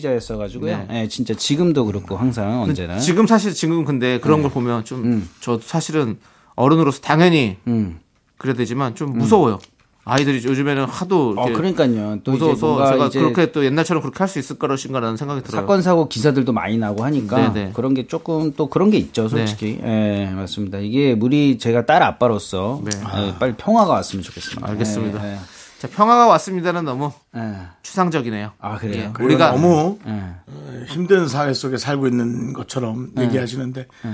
Speaker 9: 평화주의자였어가지고요.
Speaker 2: 네.
Speaker 9: 예, 진짜 지금도 그렇고 항상 언제나.
Speaker 2: 지금 사실 지금 근데
Speaker 9: 네.
Speaker 2: 그런 걸 보면 좀 저 사실은 어른으로서 당연히
Speaker 9: 음.
Speaker 2: 그래야 되지만 좀 무서워요 아이들이 요즘에는 하도
Speaker 9: 어,
Speaker 2: 이렇게
Speaker 9: 그러니까요. 또 이제
Speaker 2: 무서워서
Speaker 9: 뭔가
Speaker 2: 제가
Speaker 9: 이제
Speaker 2: 그렇게 또 옛날처럼 그렇게 할 수 있을 것인가라는 생각이 들어요.
Speaker 9: 사건 사고 기사들도 많이 나고 하니까
Speaker 2: 네네. 네.
Speaker 9: 그런 게 조금 또 그런 게 있죠, 솔직히. 예, 맞습니다. 이게 우리 제가 딸 아빠로서
Speaker 2: 네.
Speaker 9: 예, 빨리 평화가 왔으면 좋겠습니다.
Speaker 2: 알겠습니다.
Speaker 9: 예,
Speaker 2: 자, 평화가 왔습니다는 너무
Speaker 9: 예, 예.
Speaker 2: 추상적이네요.
Speaker 9: 아, 그래요?
Speaker 2: 예, 우리가
Speaker 1: 너무
Speaker 9: 예.
Speaker 1: 어, 힘든 사회 속에 살고 있는 것처럼 얘기하시는데
Speaker 9: 예.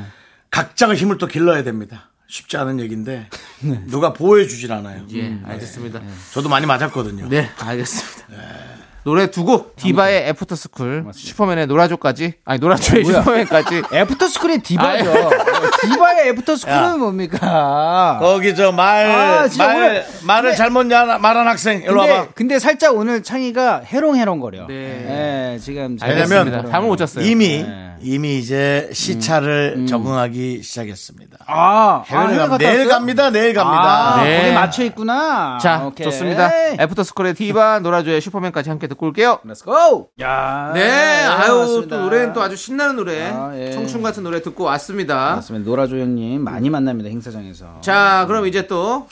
Speaker 1: 각자가 힘을 또 길러야 됩니다. 쉽지 않은 얘기인데
Speaker 9: 네.
Speaker 1: 누가 보호해 주질 않아요. 음.
Speaker 2: 예,
Speaker 9: 음,
Speaker 2: 알겠습니다.
Speaker 1: 저도 많이 맞았거든요.
Speaker 2: 네, 알겠습니다. 노래 두 곡 디바의 애프터 스쿨, 슈퍼맨의 노라조까지 아니 노라조의
Speaker 9: 뭐야?
Speaker 2: 슈퍼맨까지
Speaker 9: 애프터 스쿨의 디바죠.
Speaker 2: 예. 아,
Speaker 9: 어, 디바의 애프터 스쿨은
Speaker 1: 야.
Speaker 9: 뭡니까?
Speaker 2: 어,
Speaker 1: 거기 저말말
Speaker 9: 아, 진짜 오늘-
Speaker 1: 말을 잘못 야- 말한 학생 일로
Speaker 9: 근데,
Speaker 1: 와봐.
Speaker 9: 근데 살짝 오늘 창이가 해롱해롱거려.
Speaker 2: 네.
Speaker 9: 예, 지금 제가
Speaker 2: 알겠습니다.
Speaker 1: 왜냐면
Speaker 2: 잠을 못 잤어요.
Speaker 1: 이미
Speaker 9: 네. 음.
Speaker 1: 이미 이제 시차를 적응하기 시작했습니다.
Speaker 9: 아, 아,
Speaker 1: 해외를
Speaker 9: 해외
Speaker 1: 갑-
Speaker 9: 갔다
Speaker 1: 내일
Speaker 9: 왔어요?
Speaker 1: 갑니다. 내일 갑니다.
Speaker 9: 아,
Speaker 2: 네.
Speaker 9: 거기 맞춰 있구나.
Speaker 2: 자,
Speaker 9: 아, 오케이.
Speaker 2: 좋습니다. 애프터 스쿨의 디바, 노라조의 슈퍼맨까지 함께 듣고 올게요.
Speaker 9: Let's go. 야.
Speaker 2: 네, 아유
Speaker 9: 맞습니다.
Speaker 2: 또 노래는 또 아주 신나는 노래,
Speaker 9: 아, 예.
Speaker 2: 청춘 같은 노래 듣고 왔습니다.
Speaker 9: 맞습니다. 노라조 형님 많이 만납니다 행사장에서.
Speaker 2: 자, 그럼 이제 또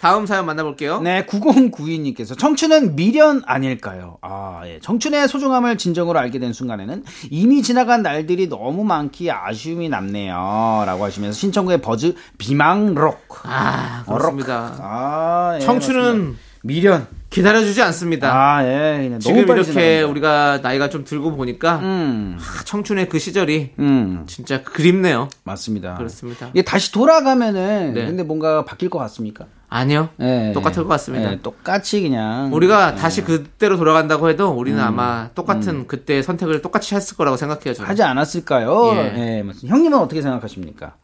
Speaker 2: 다음 사연 만나볼게요.
Speaker 9: 네, 9092님께서 청춘은 미련 아닐까요? 아, 예. 청춘의 소중함을 진정으로 알게 된 순간에는 이미 지나간 날들이 너무 많기에 아쉬움이 남네요. 라고 하시면서 신청구의 버즈 비망록.
Speaker 2: 아, 그렇습니다.
Speaker 9: 아, 예, 맞습니다.
Speaker 2: 청춘은
Speaker 9: 미련.
Speaker 2: 기다려주지 않습니다.
Speaker 9: 아, 예. 그냥
Speaker 2: 지금
Speaker 9: 너무 빨리
Speaker 2: 이렇게
Speaker 9: 지나간다.
Speaker 2: 우리가 나이가 좀 들고 보니까
Speaker 9: 음.
Speaker 2: 아, 청춘의 그 시절이
Speaker 9: 음.
Speaker 2: 진짜 그립네요.
Speaker 9: 맞습니다.
Speaker 2: 그렇습니다.
Speaker 9: 이게 다시 돌아가면은
Speaker 2: 네.
Speaker 9: 근데 뭔가 바뀔 것 같습니까?
Speaker 2: 아니요,
Speaker 9: 예,
Speaker 2: 똑같을 것 같습니다.
Speaker 9: 예, 똑같이 그냥
Speaker 2: 우리가 다시 그때로 돌아간다고 해도 우리는 아마 똑같은 그때 선택을 똑같이 했을 거라고 생각해요. 저는.
Speaker 9: 하지 않았을까요?
Speaker 2: 네. 예.
Speaker 9: 예, 맞습니다. 형님은 어떻게 생각하십니까?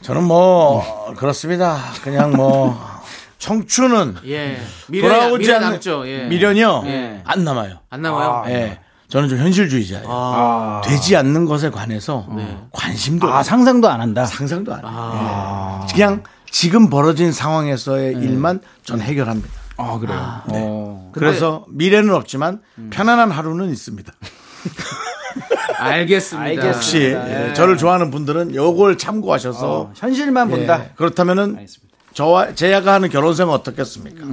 Speaker 1: 저는 뭐 그렇습니다. 그냥 뭐 청춘은
Speaker 2: 예, 미래
Speaker 1: 돌아오지
Speaker 2: 미래
Speaker 1: 않는
Speaker 2: 남죠. 예.
Speaker 1: 미련이요
Speaker 2: 예.
Speaker 1: 안 남아요.
Speaker 2: 안 나와요.
Speaker 1: 예. 저는 좀 현실주의자예요.
Speaker 2: 아,
Speaker 1: 되지 않는 것에 관해서 관심도
Speaker 9: 아. 아, 상상도 안 한다. 아.
Speaker 1: 상상도 안 해요. 예. 그냥 지금 벌어진 상황에서의
Speaker 9: 네.
Speaker 1: 일만 전 해결합니다.
Speaker 9: 아, 그래요.
Speaker 2: 네.
Speaker 9: 어.
Speaker 1: 그래서 미래는 없지만
Speaker 9: 음.
Speaker 1: 편안한 하루는 있습니다.
Speaker 2: 알겠습니다.
Speaker 9: 알겠습니다.
Speaker 1: 혹시 예, 저를 좋아하는 분들은 요걸 참고하셔서
Speaker 9: 네. 어,
Speaker 1: 예,
Speaker 9: 현실만 본다.
Speaker 1: 그렇다면은
Speaker 9: 알겠습니다. 음.
Speaker 1: 저와 제야가 하는 결혼 생활 어떻겠습니까?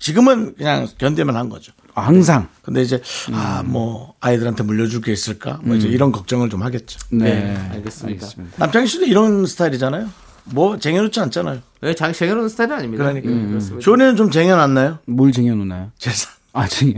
Speaker 1: 지금은 그냥 견디면 한 거죠.
Speaker 9: 아, 항상.
Speaker 1: 근데 이제 아 뭐 아이들한테 물려줄 게 있을까? 뭐 이제 이런 걱정을 좀 하겠죠.
Speaker 9: 네.
Speaker 2: 알겠습니다.
Speaker 1: 남창희 씨도 이런 스타일이잖아요. 뭐 쟁여놓지 않잖아요.
Speaker 2: 왜 장, 쟁여놓은 스타일은 아닙니다.
Speaker 1: 그러니까
Speaker 2: 예, 그렇습니다.
Speaker 1: 조리는 좀 쟁여놨나요?
Speaker 9: 뭘 쟁여놓나요?
Speaker 1: 재산
Speaker 9: 아, 쟁여.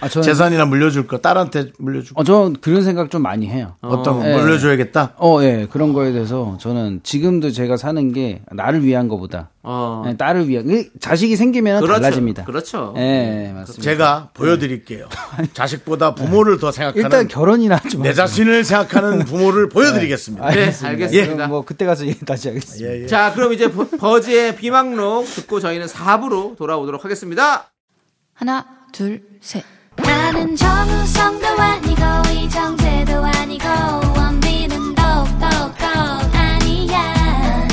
Speaker 9: 아, 저는.
Speaker 1: 재산이나 물려줄 거 딸한테 물려줄 거
Speaker 9: 어, 저 그런 생각 좀 많이 해요.
Speaker 1: 어, 떤거
Speaker 9: 예.
Speaker 1: 물려줘야겠다.
Speaker 9: 어, 예. 그런 거에 대해서 저는 지금도 제가 사는 게 나를 위한 거보다
Speaker 2: 어.
Speaker 9: 예, 딸을 위한, 그 자식이 생기면
Speaker 2: 그렇죠.
Speaker 9: 달라집니다.
Speaker 2: 그렇죠.
Speaker 9: 예, 예, 맞습니다.
Speaker 1: 제가 보여드릴게요. 자식보다 부모를 더 생각하는
Speaker 9: 일단 결혼이나 좀.
Speaker 1: 내 자신을 생각하는 부모를 보여드리겠습니다.
Speaker 2: 네,
Speaker 9: 알겠습니다.
Speaker 2: 알겠습니다.
Speaker 9: 그럼 뭐 그때 가서 얘기 다시 하겠습니다.
Speaker 1: 예, 예.
Speaker 2: 자, 그럼 이제 버- 버즈의 비망록 듣고 저희는 4부로 돌아오도록 하겠습니다.
Speaker 6: 하나, 둘, 셋. 나는 정우성도 아니고, 이정재도 아니고, 원빈은 더욱더 아니야.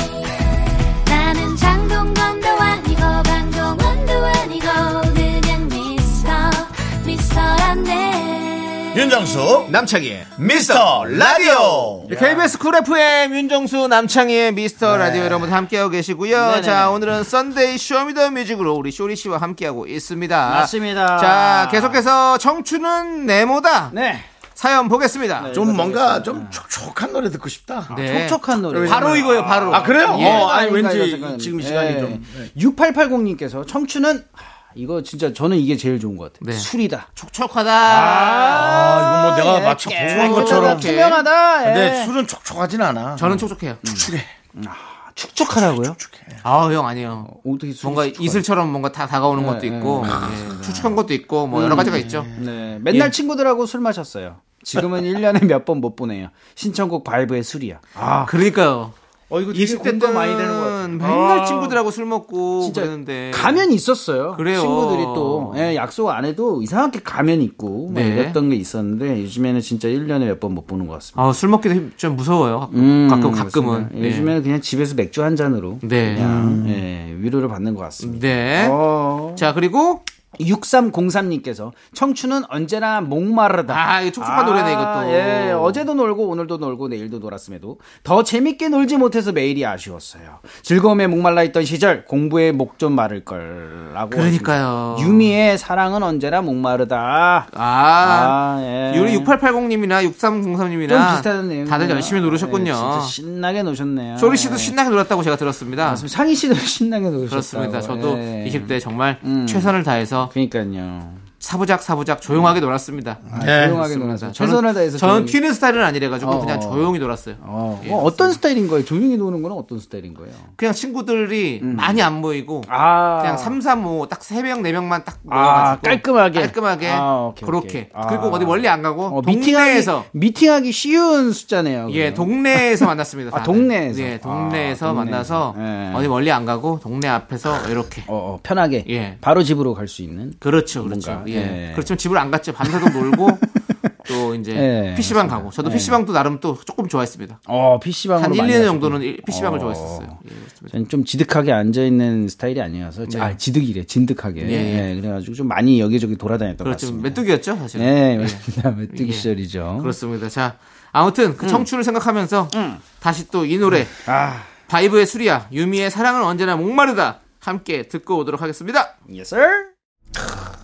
Speaker 6: 나는 장동건도 아니고, 방종원도 아니고, 그냥 미스터, 미스터란데.
Speaker 1: 윤정수 남창희 미스터 라디오
Speaker 2: KBS 쿨 FM 윤정수 남창희의 미스터 라디오 여러분 함께하고 계시고요. 자, 오늘은 썬데이 쇼미더 뮤직으로 우리 쇼리 씨와 함께하고 있습니다.
Speaker 9: 맞습니다.
Speaker 2: 아, 자, 계속해서 청춘은 네모다
Speaker 9: 네.
Speaker 2: 사연 보겠습니다.
Speaker 1: 좀 뭔가 좀 촉촉한 노래 듣고 싶다.
Speaker 2: 네.
Speaker 9: 촉촉한 노래.
Speaker 2: 바로 이거예요, 바로.
Speaker 1: 아 그래요?
Speaker 2: 예.
Speaker 1: 어, 아니 왠지 지금 이 시간이 좀
Speaker 9: 6880님께서 예. 청춘은 하, 이거 진짜 저는 이게 제일 좋은 것
Speaker 2: 네.
Speaker 9: 같아요. 술이다.
Speaker 2: 촉촉하다.
Speaker 1: 아, 이건 뭐 내가 맞춰 보는 것처럼.
Speaker 9: 투명하다. 예.
Speaker 1: 근데 술은 촉촉하진 않아. 어. 네.
Speaker 2: 저는 촉촉해요.
Speaker 9: 축축하라고요?
Speaker 2: 아, 형 아니에요.
Speaker 9: 어떻게 술이
Speaker 2: 뭔가
Speaker 9: 축축하다. 아,
Speaker 2: 이슬처럼 뭔가 다 다가오는
Speaker 9: 음.
Speaker 2: 것도 있고 예, 축축한 것도 있고 뭐 여러 가지가 있죠.
Speaker 9: 네. 맨날
Speaker 2: 예.
Speaker 9: 친구들하고 술 마셨어요. 지금은 1년에 몇 번 못 보내요. 신청곡 바이브의 술이야.
Speaker 2: 아, 그러니까요.
Speaker 9: 어, 이거
Speaker 2: 20대 때 많이 되는 것 같아요. 맨날 친구들하고 술 먹고
Speaker 9: 진짜
Speaker 2: 그랬는데
Speaker 9: 가면 있었어요.
Speaker 2: 그래요.
Speaker 9: 친구들이 또 예, 약속 안 해도 이상하게 가면 있고 막
Speaker 2: 네.
Speaker 9: 이랬던 게 있었는데 요즘에는 진짜 1년에 몇 번 못 보는 것 같습니다.
Speaker 2: 아, 술 먹기도 힘- 좀 무서워요.
Speaker 9: 음,
Speaker 2: 가끔 가끔은.
Speaker 9: 그렇습니다. 요즘에는 그냥 집에서 맥주 한 잔으로
Speaker 2: 예. 네.
Speaker 9: 그냥 예, 위로를 받는 것 같습니다.
Speaker 2: 네.
Speaker 9: 어.
Speaker 2: 자, 그리고
Speaker 9: 6303님께서 청춘은 언제나 목마르다.
Speaker 2: 아, 이거 촉촉한 노래네, 이것도.
Speaker 9: 예, 어제도 놀고 오늘도 놀고 내일도 놀았음에도 더 재밌게 놀지 못해서 매일이 아쉬웠어요. 즐거움에 목말라 있던 시절 공부에 목 좀 마를 걸라고.
Speaker 2: 그러니까요.
Speaker 9: 하십니다. 유미의 사랑은 언제나 목마르다.
Speaker 2: 아,
Speaker 9: 아, 예.
Speaker 2: 요리 6880님이나 6303님이나
Speaker 9: 좀 비슷한 내용.
Speaker 2: 다들 열심히
Speaker 9: 예,
Speaker 2: 노르셨군요.
Speaker 9: 진짜 신나게 노셨네요.
Speaker 2: 쇼리 씨도
Speaker 9: 예.
Speaker 2: 신나게 놀았다고 제가 들었습니다.
Speaker 9: 맞습니다. 상희 씨도 신나게 노셨어요.
Speaker 2: 그렇습니다. 저도
Speaker 9: 예.
Speaker 2: 20대 정말
Speaker 9: 음.
Speaker 2: 최선을 다해서
Speaker 9: 그러니까요.
Speaker 2: 사부작 사부작 조용하게 놀았습니다.
Speaker 9: 아, 조용하게
Speaker 2: 그렇습니다.
Speaker 9: 놀았어요.
Speaker 2: 저는-
Speaker 9: 음. 최선을 다해서.
Speaker 2: 저는
Speaker 9: 조용히.
Speaker 2: 튀는 스타일은 아니래가지고
Speaker 9: 어,
Speaker 2: 그냥
Speaker 9: 어.
Speaker 2: 조용히 놀았어요.
Speaker 9: 어,
Speaker 2: 예,
Speaker 9: 어, 어떤 스타일인 거예요? 조용히 노는 거는 어떤 스타일인 거예요?
Speaker 2: 그냥 친구들이 많이 안 모이고
Speaker 9: 음. 아,
Speaker 2: 그냥 3, 4, 5, 딱 3명, 4명만 딱
Speaker 9: 아,
Speaker 2: 모여가지고
Speaker 9: 깔끔하게.
Speaker 2: 깔끔하게
Speaker 9: 아, 오케이,
Speaker 2: 그렇게
Speaker 9: 오케이.
Speaker 2: 그리고
Speaker 9: 아.
Speaker 2: 어디 멀리 안 가고
Speaker 9: 어,
Speaker 2: 동네에서
Speaker 9: 미팅하기, 미팅하기 쉬운 숫자네요.
Speaker 2: 예
Speaker 9: 그러면.
Speaker 2: 동네에서 만났습니다.
Speaker 9: 아,
Speaker 2: 다들.
Speaker 9: 동네에서.
Speaker 2: 예 동네에서
Speaker 9: 아, 동네에서.
Speaker 2: 만나서
Speaker 9: 예.
Speaker 2: 어디 멀리 안 가고 동네 앞에서 이렇게
Speaker 9: 어, 어, 편하게.
Speaker 2: 예.
Speaker 9: 바로 집으로 갈 수 있는.
Speaker 2: 그렇죠, 그렇죠. 예.
Speaker 9: 뭔가, 예.
Speaker 2: 그렇지만 집을 안 갔죠. 밤새도록 놀고 또 이제
Speaker 9: 예,
Speaker 2: PC방 가고 저도 PC방도 나름 또 조금 좋아했습니다.
Speaker 9: 어, PC방으로.
Speaker 2: 한 1,
Speaker 9: 많이
Speaker 2: 2년
Speaker 9: 가셨구나.
Speaker 2: 정도는 PC방을
Speaker 9: 어.
Speaker 2: 좋아했었어요. 예, 그렇습니다.
Speaker 9: 저는 좀 지득하게 앉아있는 스타일이 아니어서. 아, 지득이래. 진득하게.
Speaker 2: 네. 예.
Speaker 9: 예, 그래가지고 좀 많이 여기저기 돌아다녔던 것
Speaker 2: 그렇죠.
Speaker 9: 같습니다.
Speaker 2: 메뚜기였죠, 사실.
Speaker 9: 예, 맞습니다. 메뚜기
Speaker 2: 예.
Speaker 9: 시절이죠.
Speaker 2: 그렇습니다. 자, 아무튼
Speaker 9: 음.
Speaker 2: 그 청춘을 생각하면서 다시 또 이 노래
Speaker 9: 아.
Speaker 2: 바이브의 술이야 유미의 사랑은 언제나 목마르다 함께 듣고 오도록 하겠습니다.
Speaker 9: Yes, sir.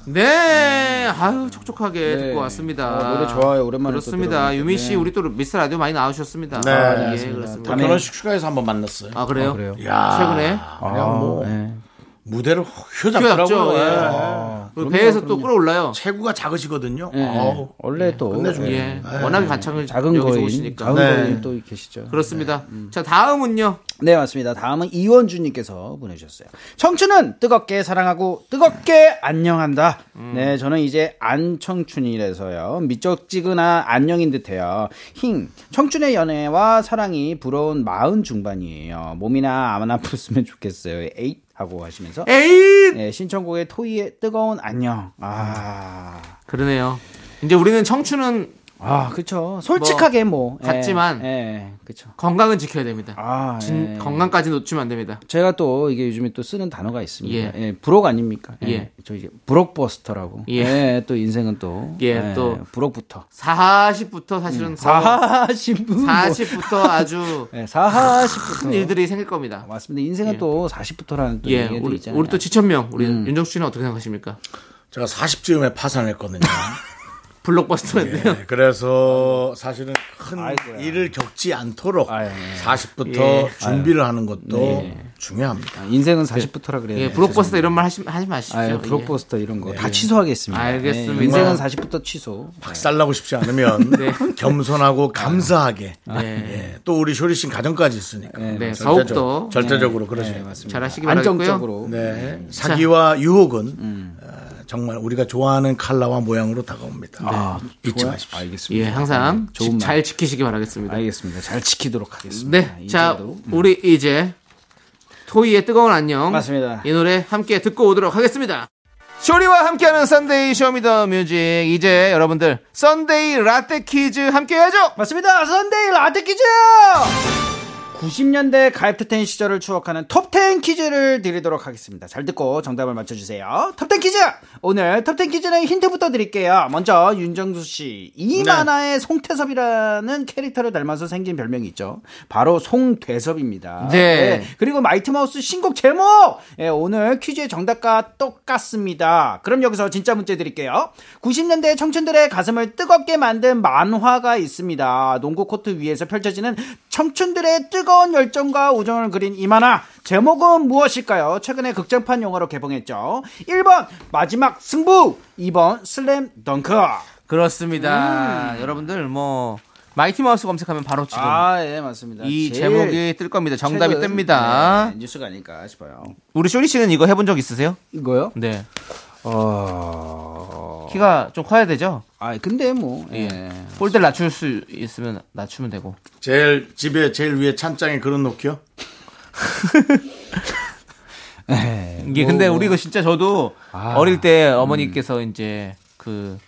Speaker 2: 네, 아유 촉촉하게 듣고 왔습니다.
Speaker 9: 아, 노래 좋아요. 오랜만에 또
Speaker 2: 그렇습니다.
Speaker 9: 들어보니까. 네.
Speaker 2: 유미 씨 우리 또 미스 라디오 많이 나오셨습니다.
Speaker 1: 네,
Speaker 2: 아, 예,
Speaker 1: 맞습니다.
Speaker 2: 그렇습니다.
Speaker 1: 또 결혼식 축가에서 한번 만났어요.
Speaker 2: 아 그래요?
Speaker 1: 야,
Speaker 2: 최근에
Speaker 1: 그냥 뭐
Speaker 2: 네.
Speaker 1: 무대를
Speaker 2: 뛰어났죠.
Speaker 1: 휘어잡더라고요.
Speaker 2: 예.
Speaker 1: 예.
Speaker 2: 그 배에서 또 끌어올라요.
Speaker 1: 체구가 작으시거든요. 아우.
Speaker 9: 네. 원래 또
Speaker 1: 끝내줘요.
Speaker 2: 예,
Speaker 9: 네.
Speaker 2: 워낙에 가창을
Speaker 9: 작은
Speaker 2: 여기
Speaker 9: 거인,
Speaker 2: 좋으시니까.
Speaker 9: 작은
Speaker 1: 네.
Speaker 9: 거인 또 계시죠.
Speaker 2: 그렇습니다.
Speaker 9: 음.
Speaker 2: 자 다음은요.
Speaker 9: 네 맞습니다. 다음은 이원주님께서 보내주셨어요. 청춘은 뜨겁게 사랑하고 뜨겁게 안녕한다.
Speaker 2: 음.
Speaker 9: 네 저는 이제 안청춘이라서요. 미적지근한 안녕인 듯해요. 힝 청춘의 연애와 사랑이 부러운 마흔 중반이에요. 몸이나 안 아팠으면 좋겠어요. 에잇 하고 하시면서
Speaker 2: 에이
Speaker 9: 네, 신청곡의 토이의 뜨거운 안녕. 아,
Speaker 2: 그러네요. 이제 우리는 청춘은
Speaker 9: 아 그렇죠. 솔직하게 뭐, 예,
Speaker 2: 같지만.
Speaker 9: 예, 그렇죠.
Speaker 2: 건강은 지켜야 됩니다.
Speaker 9: 아,
Speaker 2: 진-
Speaker 9: 예.
Speaker 2: 건강까지 놓치면 안 됩니다.
Speaker 9: 제가 또 이게 요즘에 또 쓰는 단어가 있습니다.
Speaker 2: 예.
Speaker 9: 예, 부록 아닙니까? 예.
Speaker 2: 예.
Speaker 9: 저 이제 브록버스터라고.
Speaker 2: 예.
Speaker 9: 예. 또 인생은 또.
Speaker 2: 예, 또.
Speaker 9: 부록부터.
Speaker 2: 40부터
Speaker 9: 음.
Speaker 2: 사실은 사
Speaker 9: 사십분.
Speaker 2: 40부터 아주
Speaker 9: 예, 사십부터.
Speaker 2: 큰 일들이 생길 겁니다.
Speaker 9: 맞습니다. 인생은
Speaker 2: 예.
Speaker 9: 또 40부터라는 또
Speaker 2: 예,
Speaker 9: 얘기도
Speaker 2: 우리,
Speaker 9: 있잖아요. 음.
Speaker 2: 우리 또 지천명, 우리 윤정수 씨는 어떻게 생각하십니까?
Speaker 1: 제가 40쯤에 파산했거든요.
Speaker 2: 블록버스터인데요.
Speaker 1: 네, 그래서 사실은 큰
Speaker 9: 아이고야.
Speaker 1: 일을 겪지 않도록
Speaker 9: 아유, 예.
Speaker 1: 40부터
Speaker 2: 예.
Speaker 1: 준비를 하는 것도 중요합니다.
Speaker 9: 아, 인생은 40부터라 그래요.
Speaker 2: 예, 블록버스터 이런 말 하지, 하지 마십시오.
Speaker 9: 아,
Speaker 2: 예.
Speaker 9: 브록버스터 이런 거 다 취소하겠습니다.
Speaker 2: 알겠습니다.
Speaker 9: 예, 인생은 40부터 취소.
Speaker 1: 박살나고 싶지 않으면 겸손하고 감사하게
Speaker 2: 네.
Speaker 1: 예, 또 우리 쇼리 씨는 가정까지 있으니까
Speaker 2: 네,
Speaker 1: 절대적-
Speaker 2: 더욱더
Speaker 1: 절대적으로 그러셔야 돼요.
Speaker 9: 네, 맞습니다.
Speaker 2: 잘 하시기 바라겠고요.
Speaker 9: 안정적으로.
Speaker 1: 네, 사기와 유혹은 어, 정말 우리가 좋아하는 컬러와 모양으로 다가옵니다. 잊지
Speaker 9: 좋아요.
Speaker 1: 마십시오.
Speaker 9: 알겠습니다. 네,
Speaker 2: 예, 항상
Speaker 9: 좋은
Speaker 2: 지-
Speaker 9: 말.
Speaker 2: 잘 지키시기 바라겠습니다.
Speaker 9: 알겠습니다. 잘 지키도록 하겠습니다.
Speaker 2: 네, 자,
Speaker 9: 이제도.
Speaker 2: 우리 이제 토이의 뜨거운 안녕.
Speaker 9: 맞습니다.
Speaker 2: 이 노래 함께 듣고 오도록 하겠습니다. 쇼리와 함께하는 썬데이 쇼미더 뮤직. 이제 여러분들, 썬데이 라떼 퀴즈 함께 해야죠!
Speaker 9: 맞습니다. 선데이 라떼 퀴즈! 90년대 가입토텐 시절을 추억하는 톱10 퀴즈를 드리도록 하겠습니다. 잘 듣고 정답을 맞춰주세요. 톱10 퀴즈! 오늘 톱10 퀴즈는 힌트부터 드릴게요. 먼저 윤정수 씨. 이 만화의 송태섭이라는 캐릭터를 닮아서 생긴 별명이 있죠. 바로 송대섭입니다.
Speaker 2: 네.
Speaker 9: 그리고 마이트마우스 신곡 제목! 예, 오늘 퀴즈의 정답과 똑같습니다. 그럼 여기서 진짜 문제 드릴게요. 90년대 청춘들의 가슴을 뜨겁게 만든 만화가 있습니다. 농구 코트 위에서 펼쳐지는 청춘들의 뜨거운 열정과 우정을 그린 이 만화. 제목은 무엇일까요? 최근에 극장판 영화로 개봉했죠. 1번, 마지막 승부! 2번, 슬램 덩크!
Speaker 2: 그렇습니다. 여러분들, 뭐, 마이티 마우스 검색하면 바로 지금
Speaker 9: 아, 예, 맞습니다.
Speaker 2: 이
Speaker 9: 제일
Speaker 2: 제목이 뜰 겁니다. 정답이
Speaker 9: 최근,
Speaker 2: 뜹니다.
Speaker 9: 네, 뉴스가 아닐까 싶어요.
Speaker 2: 네. 우리 쇼리 씨는 이거 해본 적 있으세요?
Speaker 9: 이거요?
Speaker 2: 네.
Speaker 9: 어...
Speaker 2: 키가 좀 커야 되죠.
Speaker 9: 아 근데 뭐 예.
Speaker 2: 볼때 낮출 수 있으면 낮추면 되고.
Speaker 1: 제일 집에 제일 위에 찬장에 그런 놓기요?
Speaker 2: 이게 근데 우리 이거 진짜 저도 어릴 때 어머니께서 이제 그,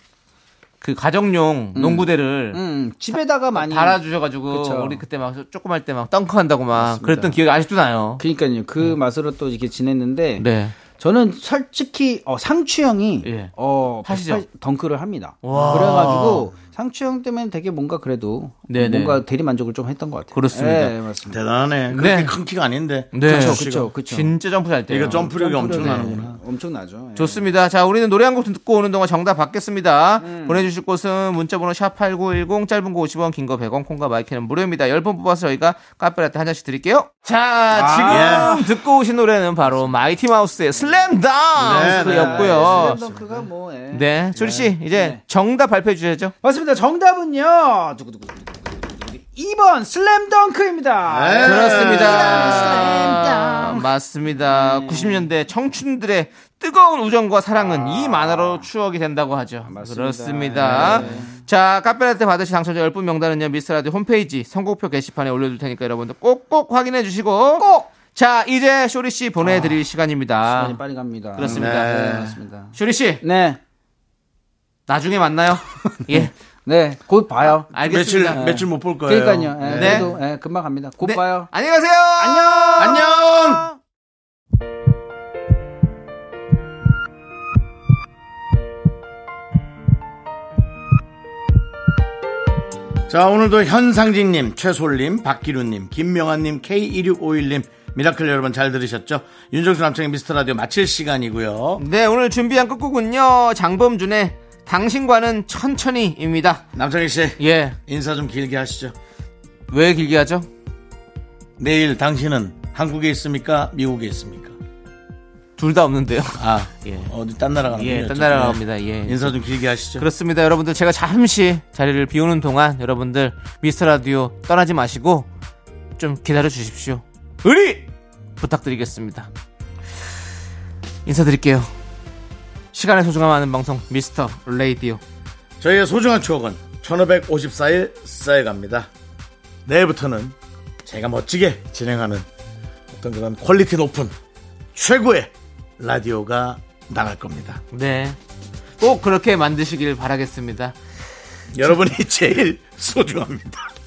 Speaker 2: 그 가정용 농구대를
Speaker 9: 음, 집에다가 많이
Speaker 2: 달아주셔가지고
Speaker 9: 그쵸.
Speaker 2: 우리 그때 막 조금 할 때 막 덩크한다고 막 그랬던 기억이 아직도 나요.
Speaker 9: 그러니까요 그 맛으로 또 이렇게 지냈는데
Speaker 2: 네.
Speaker 9: 저는 솔직히 어, 상추 형이
Speaker 2: 예.
Speaker 9: 어,
Speaker 2: 하시죠.
Speaker 9: 180 덩크를 합니다.
Speaker 2: 와.
Speaker 9: 그래가지고 상추 형 때문에 되게 뭔가 그래도
Speaker 2: 네네.
Speaker 9: 뭔가 대리 만족을 좀 했던 것 같아요.
Speaker 2: 그렇습니다.
Speaker 9: 예, 맞습니다.
Speaker 1: 대단하네. 그렇게
Speaker 2: 네.
Speaker 1: 큰 키가 아닌데.
Speaker 2: 네.
Speaker 9: 그렇죠,
Speaker 2: 지금
Speaker 9: 그렇죠, 그렇죠.
Speaker 2: 진짜 점프 잘 때.
Speaker 1: 이거 점프력이 엄청나는구나.
Speaker 9: 네, 엄청나죠. 예.
Speaker 2: 음. 좋습니다. 자, 우리는 노래 한 곡 듣고 오는 동안 정답 받겠습니다.
Speaker 1: 음.
Speaker 2: 보내주실 곳은 문자번호 샵8910, 짧은 거 50원, 긴 거 100원, 콩과 마이크는 무료입니다. 10번 뽑아서 저희가 카페라떼 한 잔씩 드릴게요.
Speaker 1: 아,
Speaker 2: 자,
Speaker 1: 예.
Speaker 2: 지금 듣고 오신 노래는 바로 마이티 마우스의
Speaker 1: 네, 네.
Speaker 2: 슬램덩크였고요.
Speaker 9: 아, 예, 슬램덩크가 뭐 예.
Speaker 2: 네, 조리 씨, 이제 정답 발표해 주셔야죠.
Speaker 9: 맞습니다. 정답은요. 두구두구. 2번 슬램덩크입니다.
Speaker 1: 네.
Speaker 2: 그렇습니다. 맞습니다. 90년대 청춘들의 뜨거운 우정과 사랑은 이 만화로 추억이 된다고 네. 하죠. 그렇습니다. 자, 카페라떼 받으실 당첨자 10분 명단은요. 미스터라디오 홈페이지 선곡표 게시판에 올려둘 테니까 여러분들 꼭꼭 확인해 주시고 꼭! 자, 이제 쇼리 씨 보내드릴 시간입니다.
Speaker 9: 많이 빨리 갑니다.
Speaker 2: 그렇습니다.
Speaker 9: 네,
Speaker 2: 네.
Speaker 9: 맞습니다.
Speaker 2: 쇼리 씨,
Speaker 9: 네.
Speaker 2: 나중에 만나요. 예,
Speaker 9: 네. 곧 봐요.
Speaker 1: 며칠
Speaker 2: 알겠습니다.
Speaker 1: 며칠 못 볼 거예요.
Speaker 9: 그러니까요. 예,
Speaker 2: 네.
Speaker 9: 그래도 예, 금방 갑니다. 곧
Speaker 2: 네,
Speaker 9: 봐요.
Speaker 2: 안녕히 가세요. 안녕. 안녕.
Speaker 1: 자, 오늘도 현상진님, 최솔님, 박기루님, 김명환님, K2651님, 미라클 여러분 잘 들으셨죠? 윤정수 남창의 미스터 라디오 마칠 시간이고요.
Speaker 2: 네, 오늘 준비한 끝곡은요. 장범준의 당신과는 천천히입니다.
Speaker 1: 남창희 씨,
Speaker 2: 예.
Speaker 1: 인사 좀 길게 하시죠.
Speaker 2: 왜 길게 하죠?
Speaker 1: 내일 당신은 한국에 있습니까? 미국에 있습니까?
Speaker 2: 둘 다 없는데요.
Speaker 1: 아,
Speaker 2: 예.
Speaker 1: 어디 딴 나라 가는
Speaker 2: 예,
Speaker 1: 거예요? 네.
Speaker 2: 딴 나라 갑니다. 예.
Speaker 1: 인사 좀 길게 하시죠.
Speaker 2: 그렇습니다. 여러분들 제가 잠시 자리를 비우는 동안 여러분들 미스터 라디오 떠나지 마시고 좀 기다려 주십시오. 의리 부탁드리겠습니다. 인사드릴게요. 시간의 소중함 아는 방송 미스터 레이디오.
Speaker 1: 저희의 소중한 추억은 1554일 쌓여갑니다. 내일부터는 제가 멋지게 진행하는 어떤 그런 퀄리티 높은 최고의 라디오가 나갈 겁니다.
Speaker 2: 네. 꼭 그렇게 만드시길 바라겠습니다.
Speaker 1: 여러분이 제일 소중합니다.